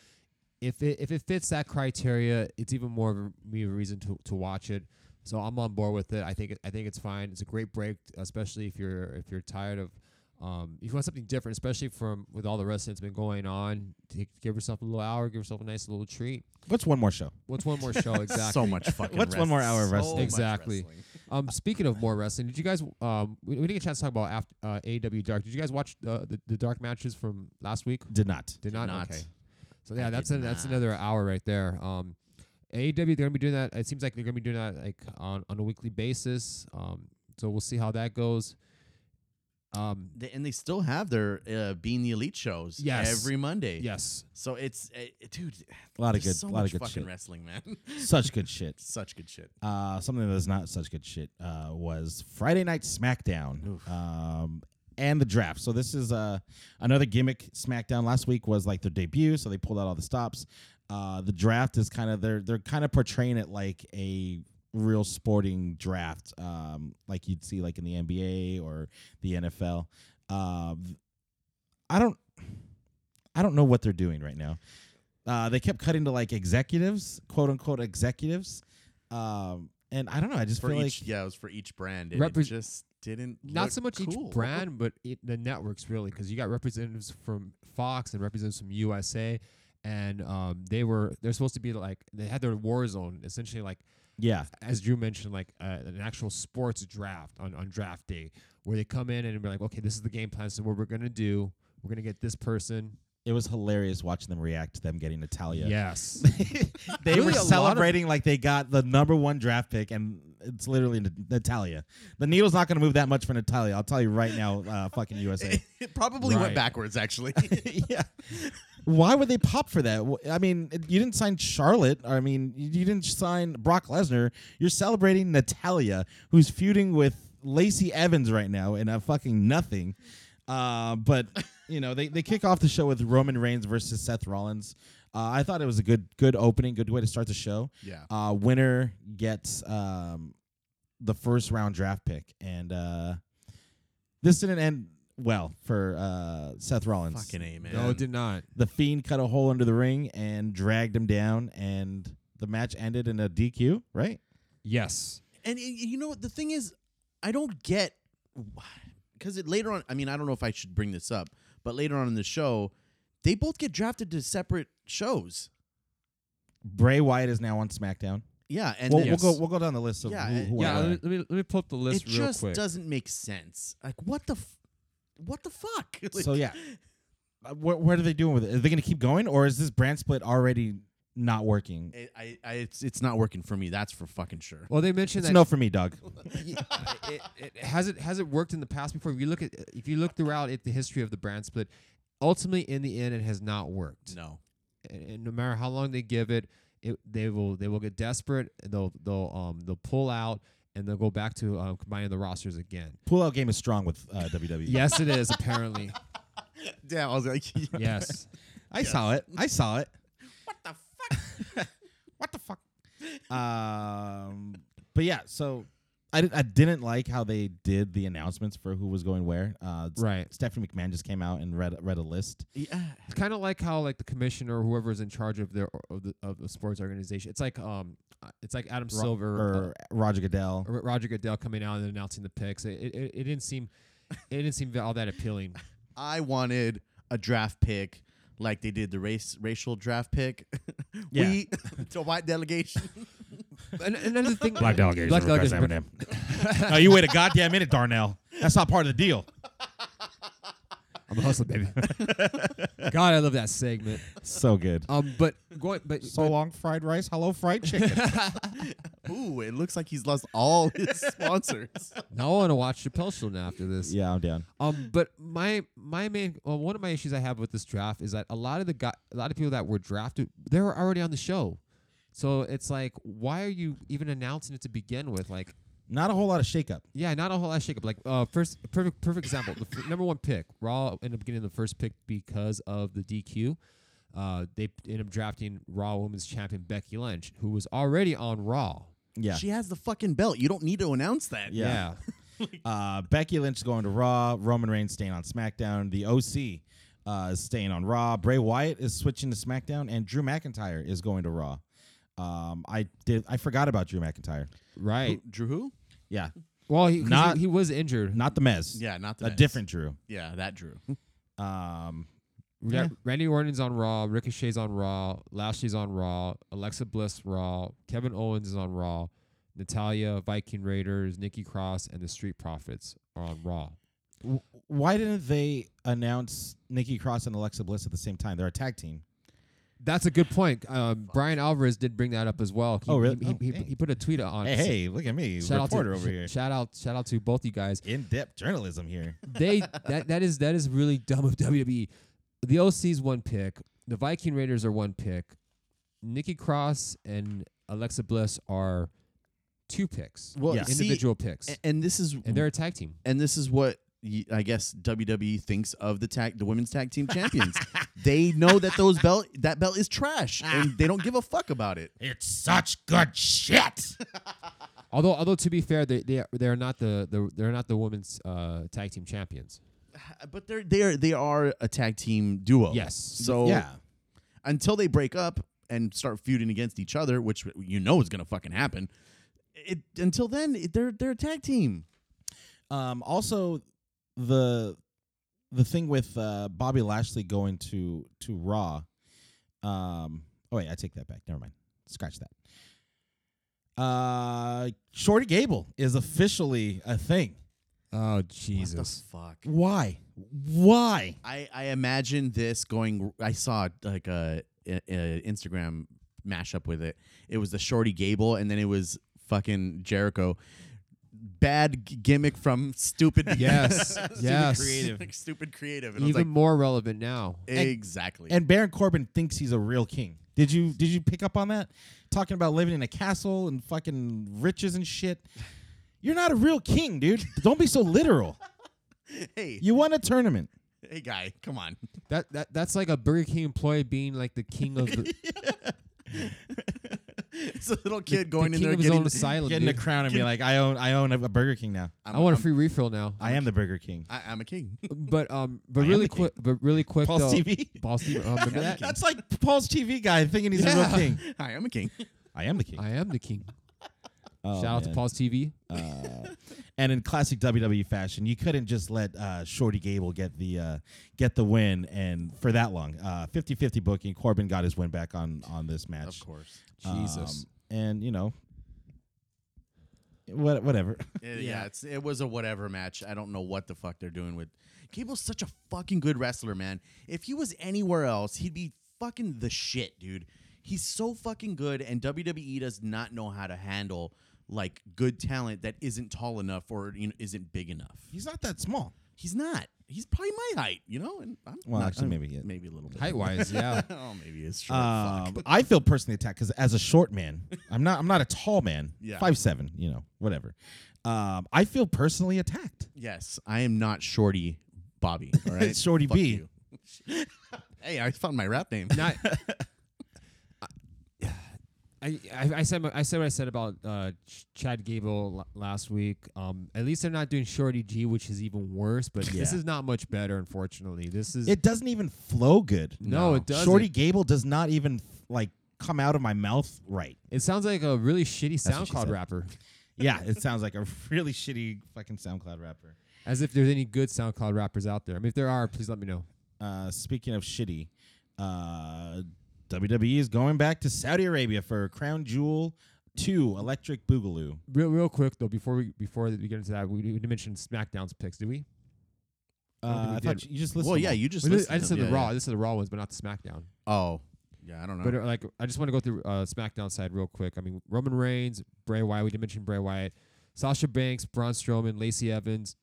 If it, if it fits that criteria, it's even more of a- me a reason to, to watch it. So I'm on board with it. I think it, I think it's fine. It's a great break, especially if you're if you're tired of um, if you want something different, especially from with all the wrestling that's been going on. Take, give yourself a little hour, give yourself a nice little treat. What's one more show? What's one more show exactly? so much fucking What's one more wrestling. hour of So wrestling? much Exactly. wrestling. Um, speaking of more wrestling, did you guys? Um, we, we didn't get a chance to talk about after, uh, AW Dark. Did you guys watch uh, the the dark matches from last week? Did not. Did not. not. Okay. So yeah, I that's did an, that's not. another hour right there. Um, AW they're gonna be doing that. It seems like they're gonna be doing that like on on a weekly basis. Um, so we'll see how that goes. Um, They- and they still have their uh, being the elite shows Yes. every monday yes. so it's uh, dude A lot of there's good, so lot of much good fucking shit. wrestling man Such good shit. such good shit Uh, something that is not such good shit uh, was Friday Night SmackDown um, and the draft. So this is uh, another gimmick SmackDown. Last week was like their debut, so they pulled out all the stops. Uh, the draft is kind of they're they're kind of portraying it like a real sporting draft, um, like you'd see like in the NBA or the NFL. Uh, I don't I don't know what they're doing right now. Uh, they kept cutting to like executives, quote unquote executives, um, and I don't know. I just for feel each like yeah it was for each brand and it Repres- just didn't Not look so much cool. each brand, but it, the networks really, because you got representatives from Fox and representatives from USA, and um, they were they're supposed to be like they had their war zone essentially like yeah, as Drew mentioned, like uh, an actual sports draft on, on draft day where they come in and be like, okay, this is the game plan. So what we're gonna do, we're gonna get this person. it was hilarious watching them react to them getting Oh, Natalia. Yes, they Really, were a lot of- celebrating like they got the number one draft pick, and it's literally N- Natalia. The needle's not going to move that much for Natalia. I'll tell you right now, uh, fucking USA. it probably Right. went backwards actually yeah. Why would they pop for that? Wh- I mean, it- you didn't sign Charlotte. I mean, you you didn't sign Brock Lesnar. You're celebrating Natalia, who's feuding with Lacey Evans right now in a fucking nothing. Uh, but you know, they, they kick off the show with Roman Reigns versus Seth Rollins. Uh, I thought it was a good good opening, good way to start the show. yeah Uh, winner gets um, the first round draft pick, and uh, this didn't end well for uh, Seth Rollins. fucking a man no, it did not. The Fiend cut a hole under the ring and dragged him down, and the match ended in a DQ. Right? Yes, And y- y- you know what? The thing is, I don't get. wh- because it later on. I mean, I don't know if I should bring this up, but later on in the show, they both get drafted to separate shows. Bray Wyatt is now on SmackDown. Yeah, and we'll, then- we'll go. We'll go down the list of Yeah, who, and- who yeah, are let me, on. let me let me pull up the it list real just quick. doesn't make sense. Like, what the, f- what the fuck? Like, So yeah, Uh, what, what are they doing with it? Are they going to keep going, or is this brand split already not working? it, I, I, it's it's not working for me. That's for fucking sure. well, they mentioned It's that no for me, Doug. y- it, it has it has it worked in the past before. If you look at if you look throughout it, the history of the brand split, ultimately in the end, it has not worked. No, And, and no matter how long they give it, it they will they will get desperate. They'll they'll um they'll pull out and they'll go back to um, combining the rosters again. Pull out game is strong with uh, WWE. Yes, it is apparently. damn. I was like, Yes. I saw it. I saw it. What the fuck? what the fuck? Um, but yeah, so I, did, I didn't like how they did the announcements for who was going where. Uh, S- Right. Stephanie McMahon just came out and read read a list. yeah. It's kind of like how like the commissioner or whoever's in charge of their of the, of the sports organization. It's like um uh, it's like Adam Ro- Silver uh, or Roger Goodell. R- Roger Goodell coming out and announcing the picks. It, it, it didn't seem it didn't seem all that appealing. I wanted a draft pick like they did the race racial draft pick. Yeah. we to white delegation. And, and another thing, delegation. Black delegation. requests no, you wait a goddamn minute, Darnell. That's not part of the deal. I'm a hustler, baby. God, I love that segment. So good. Um, but going, but So long, fried rice. Hello, fried chicken. Ooh, it looks like he's lost all his sponsors. now I want to watch Chappelle Show now after this. yeah, I'm down. Um, but my my main well, one of my issues I have with this draft is that a lot of the guy, a lot of people that were drafted, they were already on the show, so it's like, why are you even announcing it to begin with? Like, Not a whole lot of shakeup. yeah, not a whole lot of shakeup. Like, uh, first perfect perfect example, the f- number one pick, Raw ended up getting the first pick because of the DQ. Uh, they p- ended up drafting Raw Women's Champion Becky Lynch, who was already on Raw. Yeah. She has the fucking belt. You don't need to announce that. Yeah. Uh, Becky Lynch is going to Raw. Roman Reigns staying on SmackDown. The OC uh, is staying on Raw. Bray Wyatt is switching to SmackDown, and Drew McIntyre is going to Raw. Um, I did. I forgot about Drew McIntyre. right. Drew who? Yeah, Well, he 'cause he- Not- he, was injured. not the Mez. Yeah, not the a Miz. different Drew. Yeah, that Drew. Um, We got Yeah. Randy Orton's on Raw, Ricochet's on Raw, Lashley's on Raw, Alexa Bliss Raw, Kevin Owens is on Raw, Natalia, Viking Raiders, Nikki Cross, and the Street Profits are on Raw. w- why didn't they announce Nikki Cross and Alexa Bliss at the same time? They're a tag team. That's a good point. Um, Brian Alvarez did bring that up as well. He, Oh, really? He, Oh, he, dang. he put a tweet on. Hey, hey, look at me, Uh, Shout out to, reporter over sh- here. Shout out, shout out to both you guys. In-depth journalism here. They that that is that is really dumb of WWE. The OC's one pick. The Viking Raiders are one pick. Nikki Cross and Alexa Bliss are two picks. Well, Yeah. see, individual picks, a- and this is and they're a tag team. and this is what y- I guess WWE thinks of the tag the women's tag team champions. they know that those belt that belt is trash, and they don't give a fuck about it. It's such good shit. Although, although to be fair, they they are, they are not the, the they're not the women's uh, tag team champions. But they're they're they are a tag team duo. Yes. So yeah. until they break up and start feuding against each other, which you know is gonna fucking happen. It until then it, they're they're a tag team. Um, also, the the thing with uh, Bobby Lashley going to to Raw. Um, oh wait, I take that back. Never mind. Scratch that. Uh, Shorty Gable is officially a thing. Oh Jesus! What the fuck? Why? Why? I I imagine this going. I saw like a, a, a Instagram mashup with it. It was the Shorty Gable, and then it was fucking Jericho. Bad g- gimmick from stupid. Yes, yes. Creative. stupid creative. And Even I was more relevant now. like, exactly. And Baron Corbin thinks he's a real king. Did you did you pick up on that? Talking about living in a castle and fucking riches and shit. You're not a real king, dude. Don't be so literal. hey, You won a tournament. hey, guy, come on. That that that's like a Burger King employee being like the king of the, it's a little kid the going in king there of his getting. own asylum. getting a dude. crown and be like, I own I own a Burger King now. I'm, I want a I'm- free refill now. I am the Burger King. I, am a king. But um, but I am really the king. quick, but really quick. Paul's though, TV? Paul Steve. Um, remember that? That's like Paul's TV guy thinking he's a real king. Hi, I'm a king. I am the king. I am the king. Oh, Shout out to man. Paul's TV. Uh, And in classic WWE fashion, you couldn't just let uh, Shorty Gable get the uh, get the win and for that long. Uh, 50-50 booking. Corbin got his win back on on this match. Of course. Jesus. Um, and you know, what whatever. Yeah, yeah, it's it was a whatever match. I don't know what the fuck they're doing with Gable's such a fucking good wrestler, man. If he was anywhere else, he'd be fucking the shit, dude. He's so fucking good and WWE does not know how to handle like good talent that isn't tall enough or you know, isn't big enough. He's not that small. He's not. He's probably my height, you know? And I'm Well, not- actually, I'm maybe, yeah. maybe a little bit. Height wise, yeah. oh, maybe it's true. Um, I feel personally attacked because as a short man, I'm not. I'm not a tall man. Yeah. five seven. You know, whatever. Um, I feel personally attacked. Yes, I am not Shorty Bobby. All right, Shorty Fuck B. you. hey, I found my rap name. Not. I, I, I said my, I said what I said about uh, Ch- Chad Gable l- last week. Um, at least they're not doing Shorty G, which is even worse. But this Yeah. is not much better, unfortunately. This is It doesn't even flow good. no, it doesn't. Shorty Gable does not even like come out of my mouth right. It sounds like a really shitty what she SoundCloud said. rapper. Yeah, it sounds like a really shitty fucking SoundCloud rapper. As if there's any good SoundCloud rappers out there. I mean, if there are, please let me know. Uh, speaking of shitty, uh, WWE is going back to Saudi Arabia for Crown Jewel Two Electric Boogaloo. Real, real quick though, before we before we get into that, we didn't mention SmackDown's picks, did we? Uh, don't think we I thought did. you just listened. well, to yeah, them. you just. We did- I listed just said them. the Yeah, Raw. I just said the Raw ones, but not the SmackDown. yeah. Oh, yeah, I don't know. But uh, like, I just want to go through uh, SmackDown side real quick. I mean, Roman Reigns, Bray Wyatt. We did mention Bray Wyatt, Sasha Banks, Braun Strowman, Lacey Evans.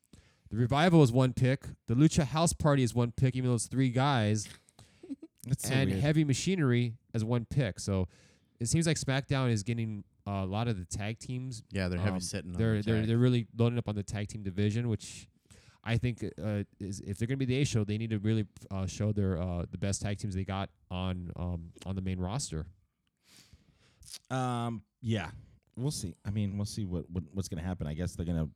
The revival is one pick. The Lucha House Party is one pick, even though it's three guys, That's so and weird. Heavy Machinery as one pick. So it seems like SmackDown is getting a lot of the tag teams. yeah, they're heavy um, sitting. They're on the they're tag. they're really loading up on the tag team division, which I think uh, is if they're going to be the A show, they need to really uh, show their uh, the best tag teams they got on um, on the main roster. Um, yeah, we'll see. I mean, we'll see what, what what's gonna happen. I guess they're gonna.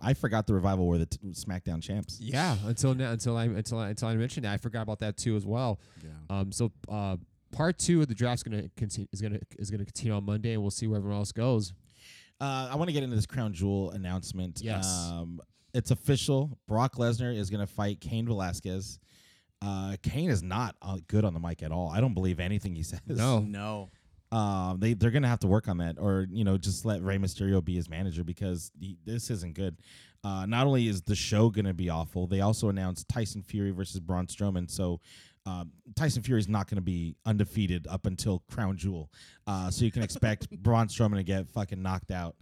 I forgot the revival were the t- SmackDown champs. Yeah, until now, until I until I, until I mentioned that, I forgot about that too as well. yeah. Um, so uh, part two of the draft's gonna continue is gonna is gonna continue on Monday, and we'll see where everyone else goes. Uh, I want to get into this crown jewel announcement. Yes. um, it's official. Brock Lesnar is gonna fight Kane Velasquez. Uh, Kane is not uh, good on the mic at all. I don't believe anything he says. No, No. Um, they they're gonna have to work on that, or you know, just let Rey Mysterio be his manager because he, this isn't good. Uh, not only is the show gonna be awful, they also announced Tyson Fury versus Braun Strowman. So, um, Tyson Fury is not gonna be undefeated up until Crown Jewel. Uh, so you can expect Braun Strowman to get fucking knocked out.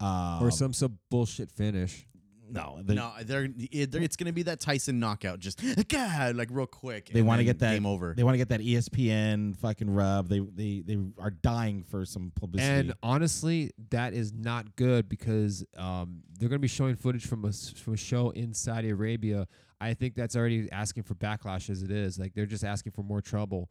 Um, or some sub bullshit finish. no, they, No, they're, it, they're- it's gonna be that Tyson knockout, just God, like real quick. they and want to then get that game over. They want to get that E ESPN fucking rub. They they they are dying for some publicity. And honestly, that is not good because um, they're going to be showing footage from a s- from a show in Saudi Arabia. I think that's already asking for backlash as it is. Like they're just asking for more trouble.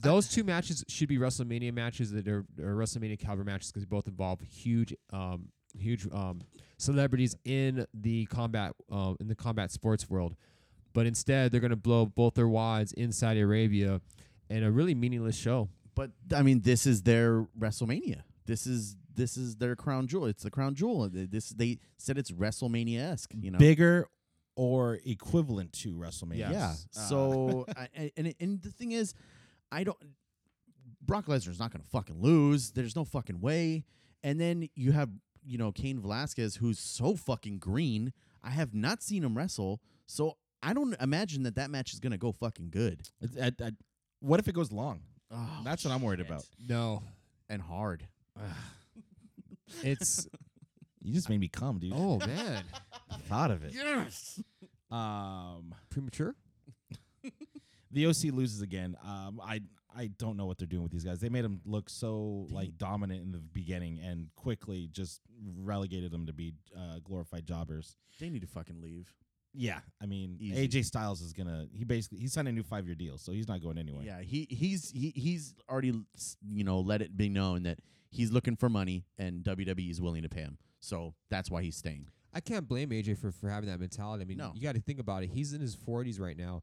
Those two matches should be WrestleMania matches that are, are WrestleMania caliber matches because both involve huge, um, huge um, celebrities in the combat um, in the combat sports world. But instead, they're going to blow both their wads in Saudi Arabia, and a really meaningless show. but I mean, this is their WrestleMania. This is this is their crown jewel. It's the crown jewel. They- This they said it's WrestleMania esque. You know, bigger or equivalent to WrestleMania. Yeah. Yeah. uh, Yes. So I, I- and it- and the thing is, I don't. Brock Lesnar's not gonna fucking lose. There's no fucking way. And then you have you know Kane Velasquez, who's so fucking green. I have not seen him wrestle, so I don't imagine that that match is gonna go fucking good. It's- I- I- what if it goes long? Oh, That's what I'm worried about. No, And hard. it's You just made me come, dude. oh man. I thought of it. Yes. Um, premature. the OC loses again. Um, I I don't know what they're doing with these guys. They made them look so like dominant in the beginning and quickly just relegated them to be uh, glorified jobbers. They need to fucking leave. Yeah, I mean Easy. AJ Styles is gonna. He basically he signed a new five year deal, so he's not going anywhere. Yeah, he he's he, he's already s- you know let it be known that he's looking for money and WWE is willing to pay him. So that's why he's staying. I can't blame AJ for, for having that mentality. I mean, No. you got to think about it. He's in his 40s right now.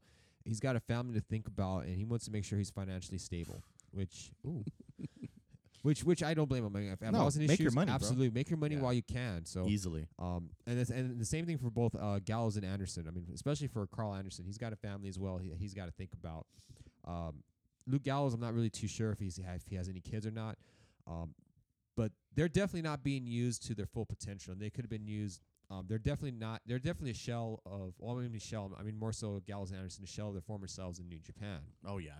He's got a family to think about, and he wants to make sure he's financially stable. Which, ooh, which which I don't blame him. If, if No, I was in his make your shoes, money, bro. absolutely make your money Yeah. while you can. So easily. um, and it's, and the same thing for both uh, Gallows and Anderson. I mean, especially for Carl Anderson, he's got a family as well. He, he's got to think about. Um, Luke Gallows, I'm not really too sure if he's if he has any kids or not, um, but they're definitely not being used to their full potential, and they could have been used. Um, they're definitely not. They're definitely a shell of. Well, I mean, a shell. I mean, more so Gallows and Anderson, a shell of their former selves in New Japan. Oh yeah,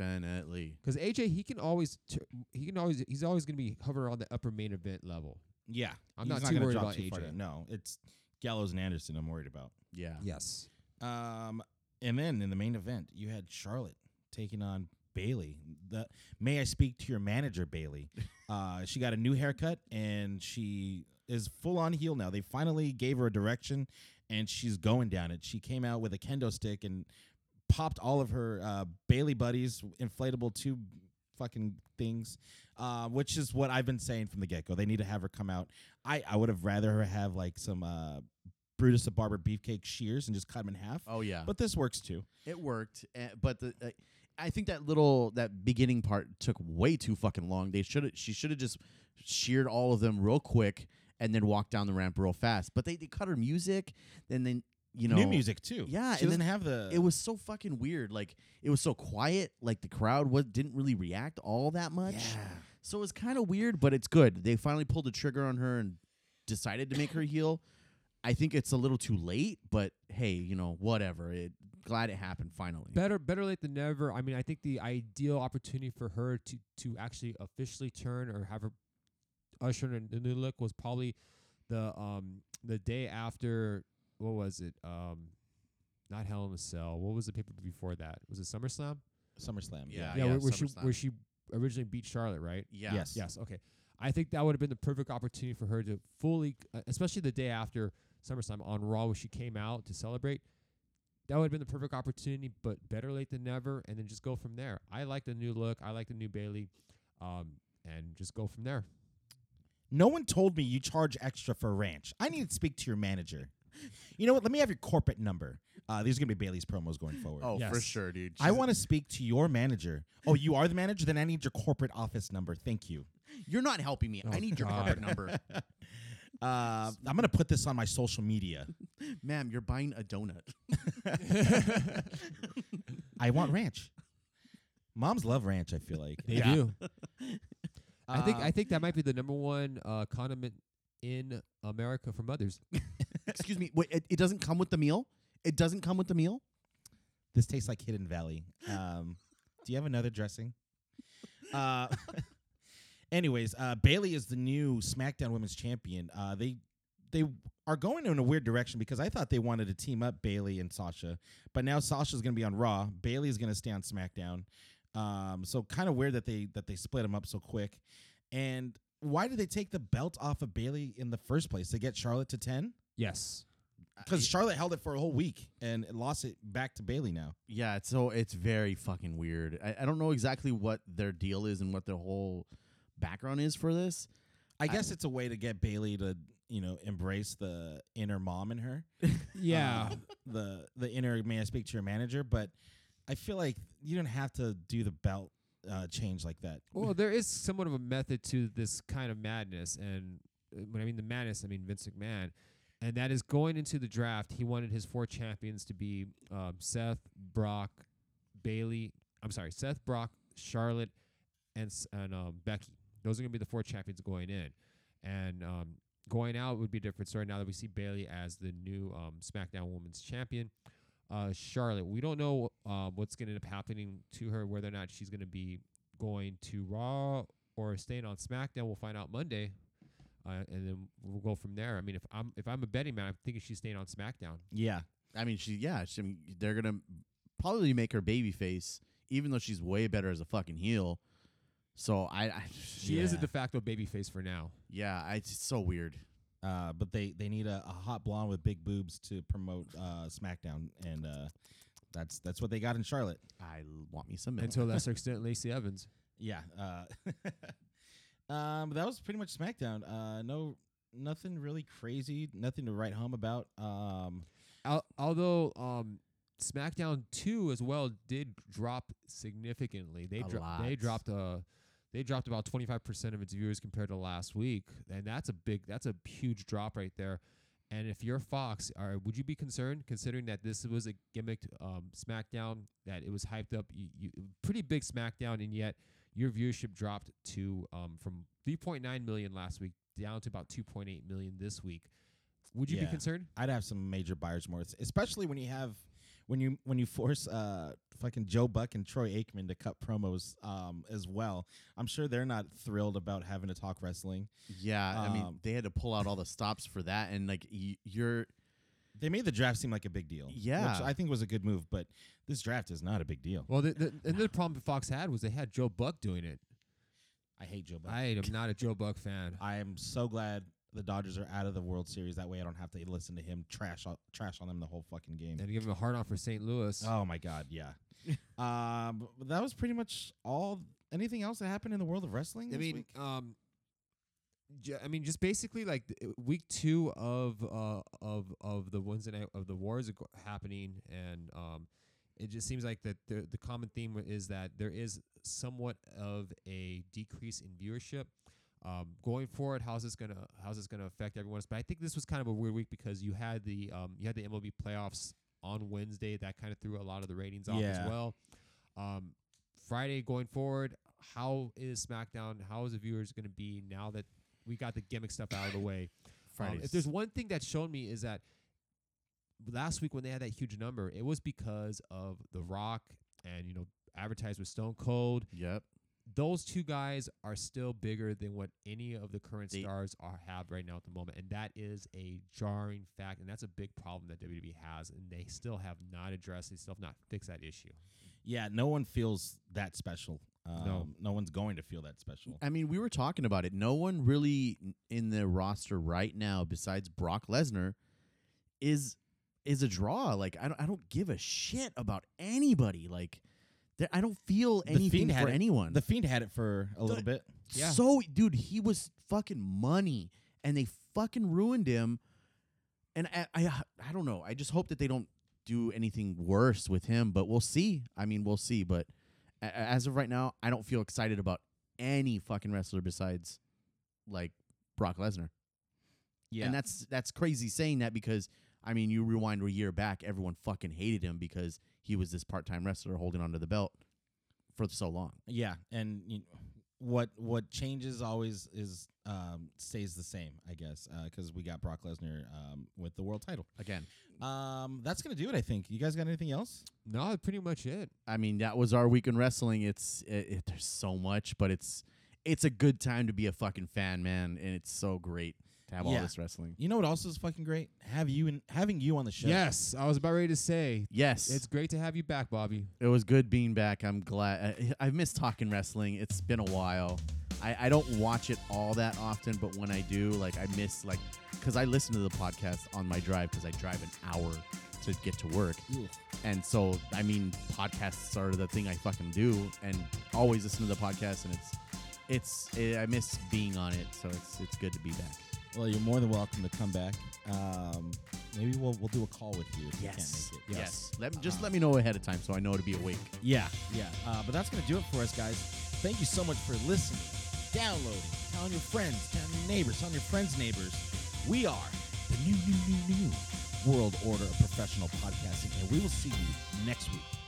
definitely. Because AJ, he can always, tur- he can always, he's always going to be hovering around the upper main event level. Yeah, I'm He's not too gonna worried drop about too far AJ. down. No, it's Gallows and Anderson. I'm worried about. Yeah. Yes. Um, and then in the main event, you had Charlotte taking on Bailey. The may I speak to your manager, Bailey? Uh, she got a new haircut and she is full on heel now. They finally gave her a direction, and she's going down it. She came out with a kendo stick and popped all of her uh, Bailey buddies, inflatable tube fucking things, uh, which is what I've been saying from the get go. They need to have her come out. I, I would have rather her have like some uh, Brutus the Barber beefcake shears and just cut him in half. Oh yeah. But this works too. It worked, eh, but the uh, I think that little that beginning part took way too fucking long. They should she should have just sheared all of them real quick and then walked down the ramp real fast. But they, they cut her music, and then you know New music too. Yeah, she and doesn't then have the. It was so fucking weird. Like it was so quiet. Like the crowd was didn't really react all that much. Yeah. So it was kind of weird, but it's good. They finally pulled the trigger on her and decided to make her heal. I think it's a little too late, but hey, you know, whatever. It glad it happened finally. Better better late than never. I mean, I think the ideal opportunity for her to to actually officially turn or have her usher in the new look was probably the um the day after what was it? Um not Hell in a Cell. What was the paper before that? Was it SummerSlam? SummerSlam. Uh, Yeah. where, where she SummerSlam. where she originally beat Charlotte, right? Yeah. Yes. Yes. Okay. I think that would have been the perfect opportunity for her to fully, uh, especially the day after SummerSlam on Raw, where she came out to celebrate. That would have been the perfect opportunity, but better late than never, and then just go from there. I like the new look. I like the new Bailey, um, and just go from there. No one told me you charge extra for ranch. I need to speak to your manager. You know what? Let me have your corporate number. Uh, these are gonna be Bailey's promos going forward. Oh, for Yes. sure, dude. I want to speak to your manager. Oh, you are the manager. Then I need your corporate office number. Thank you. You're not helping me. I need your God. corporate number, Uh, I'm gonna put this on my social media. ma'am. You're buying a donut. I want ranch. Moms love ranch. I feel like They Yeah. do. I think Uh, I think that might be the number one uh, condiment in America for mothers. Excuse me. Wait, it, it doesn't come with the meal. It doesn't come with the meal. this tastes like Hidden Valley. Um, do you have another dressing? Uh, anyways, uh, Bailey is the new SmackDown Women's Champion. Uh, they they are going in a weird direction because I thought they wanted to team up Bailey and Sasha, but now Sasha's going to be on Raw. Bailey's going to stay on SmackDown. Um, so kind of weird that they that they split them up so quick. And why did they take the belt off of Bailey in the first place to get Charlotte to ten? Yes. Because Charlotte held it for a whole week and lost it back to Bailey now. Yeah, it's so it's very fucking weird. I, I don't know exactly what their deal is and what their whole background is for this. I guess it's a way to get Bailey to, you know, embrace the inner mom in her. Yeah. Um, the the inner may I speak to your manager, but I feel like you don't have to do the belt uh, change like that. Well, there is somewhat of a method to this kind of madness, and uh, when I mean the madness, I mean Vince McMahon, and that is going into the draft. He wanted his four champions to be um, Seth, Brock, Bailey. I'm sorry, Seth, Brock, Charlotte, and S- and um, Becky. Those are going to be the four champions going in, and um, going out would be a different story now that we see Bailey as the new um, SmackDown Women's Champion. Uh, Charlotte, we don't know uh, what's going to end up happening to her, whether or not she's going to be going to Raw or staying on SmackDown. We'll find out Monday, uh, and then we'll go from there. I mean, if I'm if I'm a betting man, I'm thinking she's staying on SmackDown. Yeah. I mean, she yeah, she, I mean, they're gonna probably make her baby face, even though she's way better as a fucking heel. So I, I She is a yeah. de facto babyface for now. yeah, I, it's so weird. Uh, but they, they need a, a hot blonde with big boobs to promote uh, SmackDown, and uh, that's that's what they got in Charlotte. I l- want me some And milk. to a lesser extent, Lacey Evans. Yeah. Uh, um, that was pretty much SmackDown. Uh, no, nothing really crazy. Nothing to write home about. Um, Al- although um, SmackDown two as well did drop significantly. They A dro- lot. they dropped uh, they dropped about 25% of its viewers compared to last week and that's a big that's a huge drop right there and if you're fox are, would you be concerned considering that this was a gimmicked um, smackdown that it was hyped up you, you, pretty big smackdown and yet your viewership dropped to um, from 3.9 million last week down to about 2.8 million this week would you be Yeah. concerned I'd have some major buyer's remorse, especially when you have when you when you force uh fucking Joe Buck and Troy Aikman to cut promos um as well. I'm sure they're not thrilled about having to talk wrestling. Yeah, I mean, Um, they had to pull out all the stops for that, and like y- you're They made the draft seem like a big deal. Yeah. Which I think was a good move, but this draft is not a big deal. well the, the, another problem that fox had was they had joe buck doing it I hate Joe Buck. i am not a joe buck fan I am so glad the Dodgers are out of the World Series. That way I don't have to listen to him trash on, trash on them the whole fucking game. and give him a hard on for st louis Oh my god, yeah. um, but that was pretty much all. Anything else that happened in the world of wrestling? I this mean, week? um, ju- I mean, just basically like th- uh, week two of uh of of the Wednesday night of the wars are go- happening, and um, it just seems like that the the common theme is that there is somewhat of a decrease in viewership. Um, going forward, how's this gonna how's this gonna affect everyone? But I think this was kind of a weird week because you had the um you had the MLB playoffs on Wednesday that kind of threw a lot of the ratings off Yeah. as well. Um, Friday going forward, how is SmackDown? How is the viewers going to be now that we got the gimmick stuff out of the way? Um, Fridays. if there's one thing that's shown me is that last week when they had that huge number, it was because of The Rock and you know advertised with Stone Cold. yep. Those two guys are still bigger than what any of the current They- stars are have right now at the moment, and that is a jarring fact, and that's a big problem that WWE has, and they still have not addressed, they still have not fixed that issue. yeah, no one feels that special. Um, No. no, one's going to feel that special. I mean, we were talking about it. No one really n- in the roster right now, besides Brock Lesnar, is is a draw. Like I don't, I don't give a shit about anybody. Like there, I don't feel anything Fiend for had it- anyone. The Fiend had it for a little bit. Yeah. So, dude, he was fucking money, and they fucking ruined him. And I, I, I don't know. I just hope that they don't do anything worse with him. But we'll see. I mean, we'll see. But a- a- as of right now, I don't feel excited about any fucking wrestler besides like Brock Lesnar. Yeah, And that's that's crazy saying that because I mean, you rewind a year back, everyone fucking hated him because he was this part-time wrestler holding onto the belt for so long. yeah, and you what what changes always is um, stays the same, I guess, because we got Brock Lesnar um, with the world title. Again, Um, that's gonna do it, I think. You guys got anything else? No, that's pretty much it. I mean, that was our week in wrestling. It's it, it, there's so much, but it's it's a good time to be a fucking fan, man, and it's so great to have all Yeah. this wrestling. You know what else is fucking great? Have you and having you on the show? Yes, I was about ready to say Yes, it's great to have you back, Bobby. it was good being back. I'm glad. I, I've missed talking wrestling. It's been a while. I, I don't watch it all that often, but when I do, like I miss like because I listen to the podcast on my drive because I drive an hour to get to work. And so, I mean, podcasts are the thing I fucking do, and always listen to the podcast. And it's, it's, eh, I miss being on it, so it's, it's good to be back. Well, you're more than welcome to come back. Um, maybe we'll we'll do a call with you if you can't make it. Let just let me know ahead of time so I know to be awake. Yeah, yeah. Uh, but that's going to do it for us, guys. Thank you so much for listening, downloading, telling your friends, telling your neighbors, telling your friends' neighbors. We are the new, new, new, new World Order of Professional Podcasting, and we will see you next week.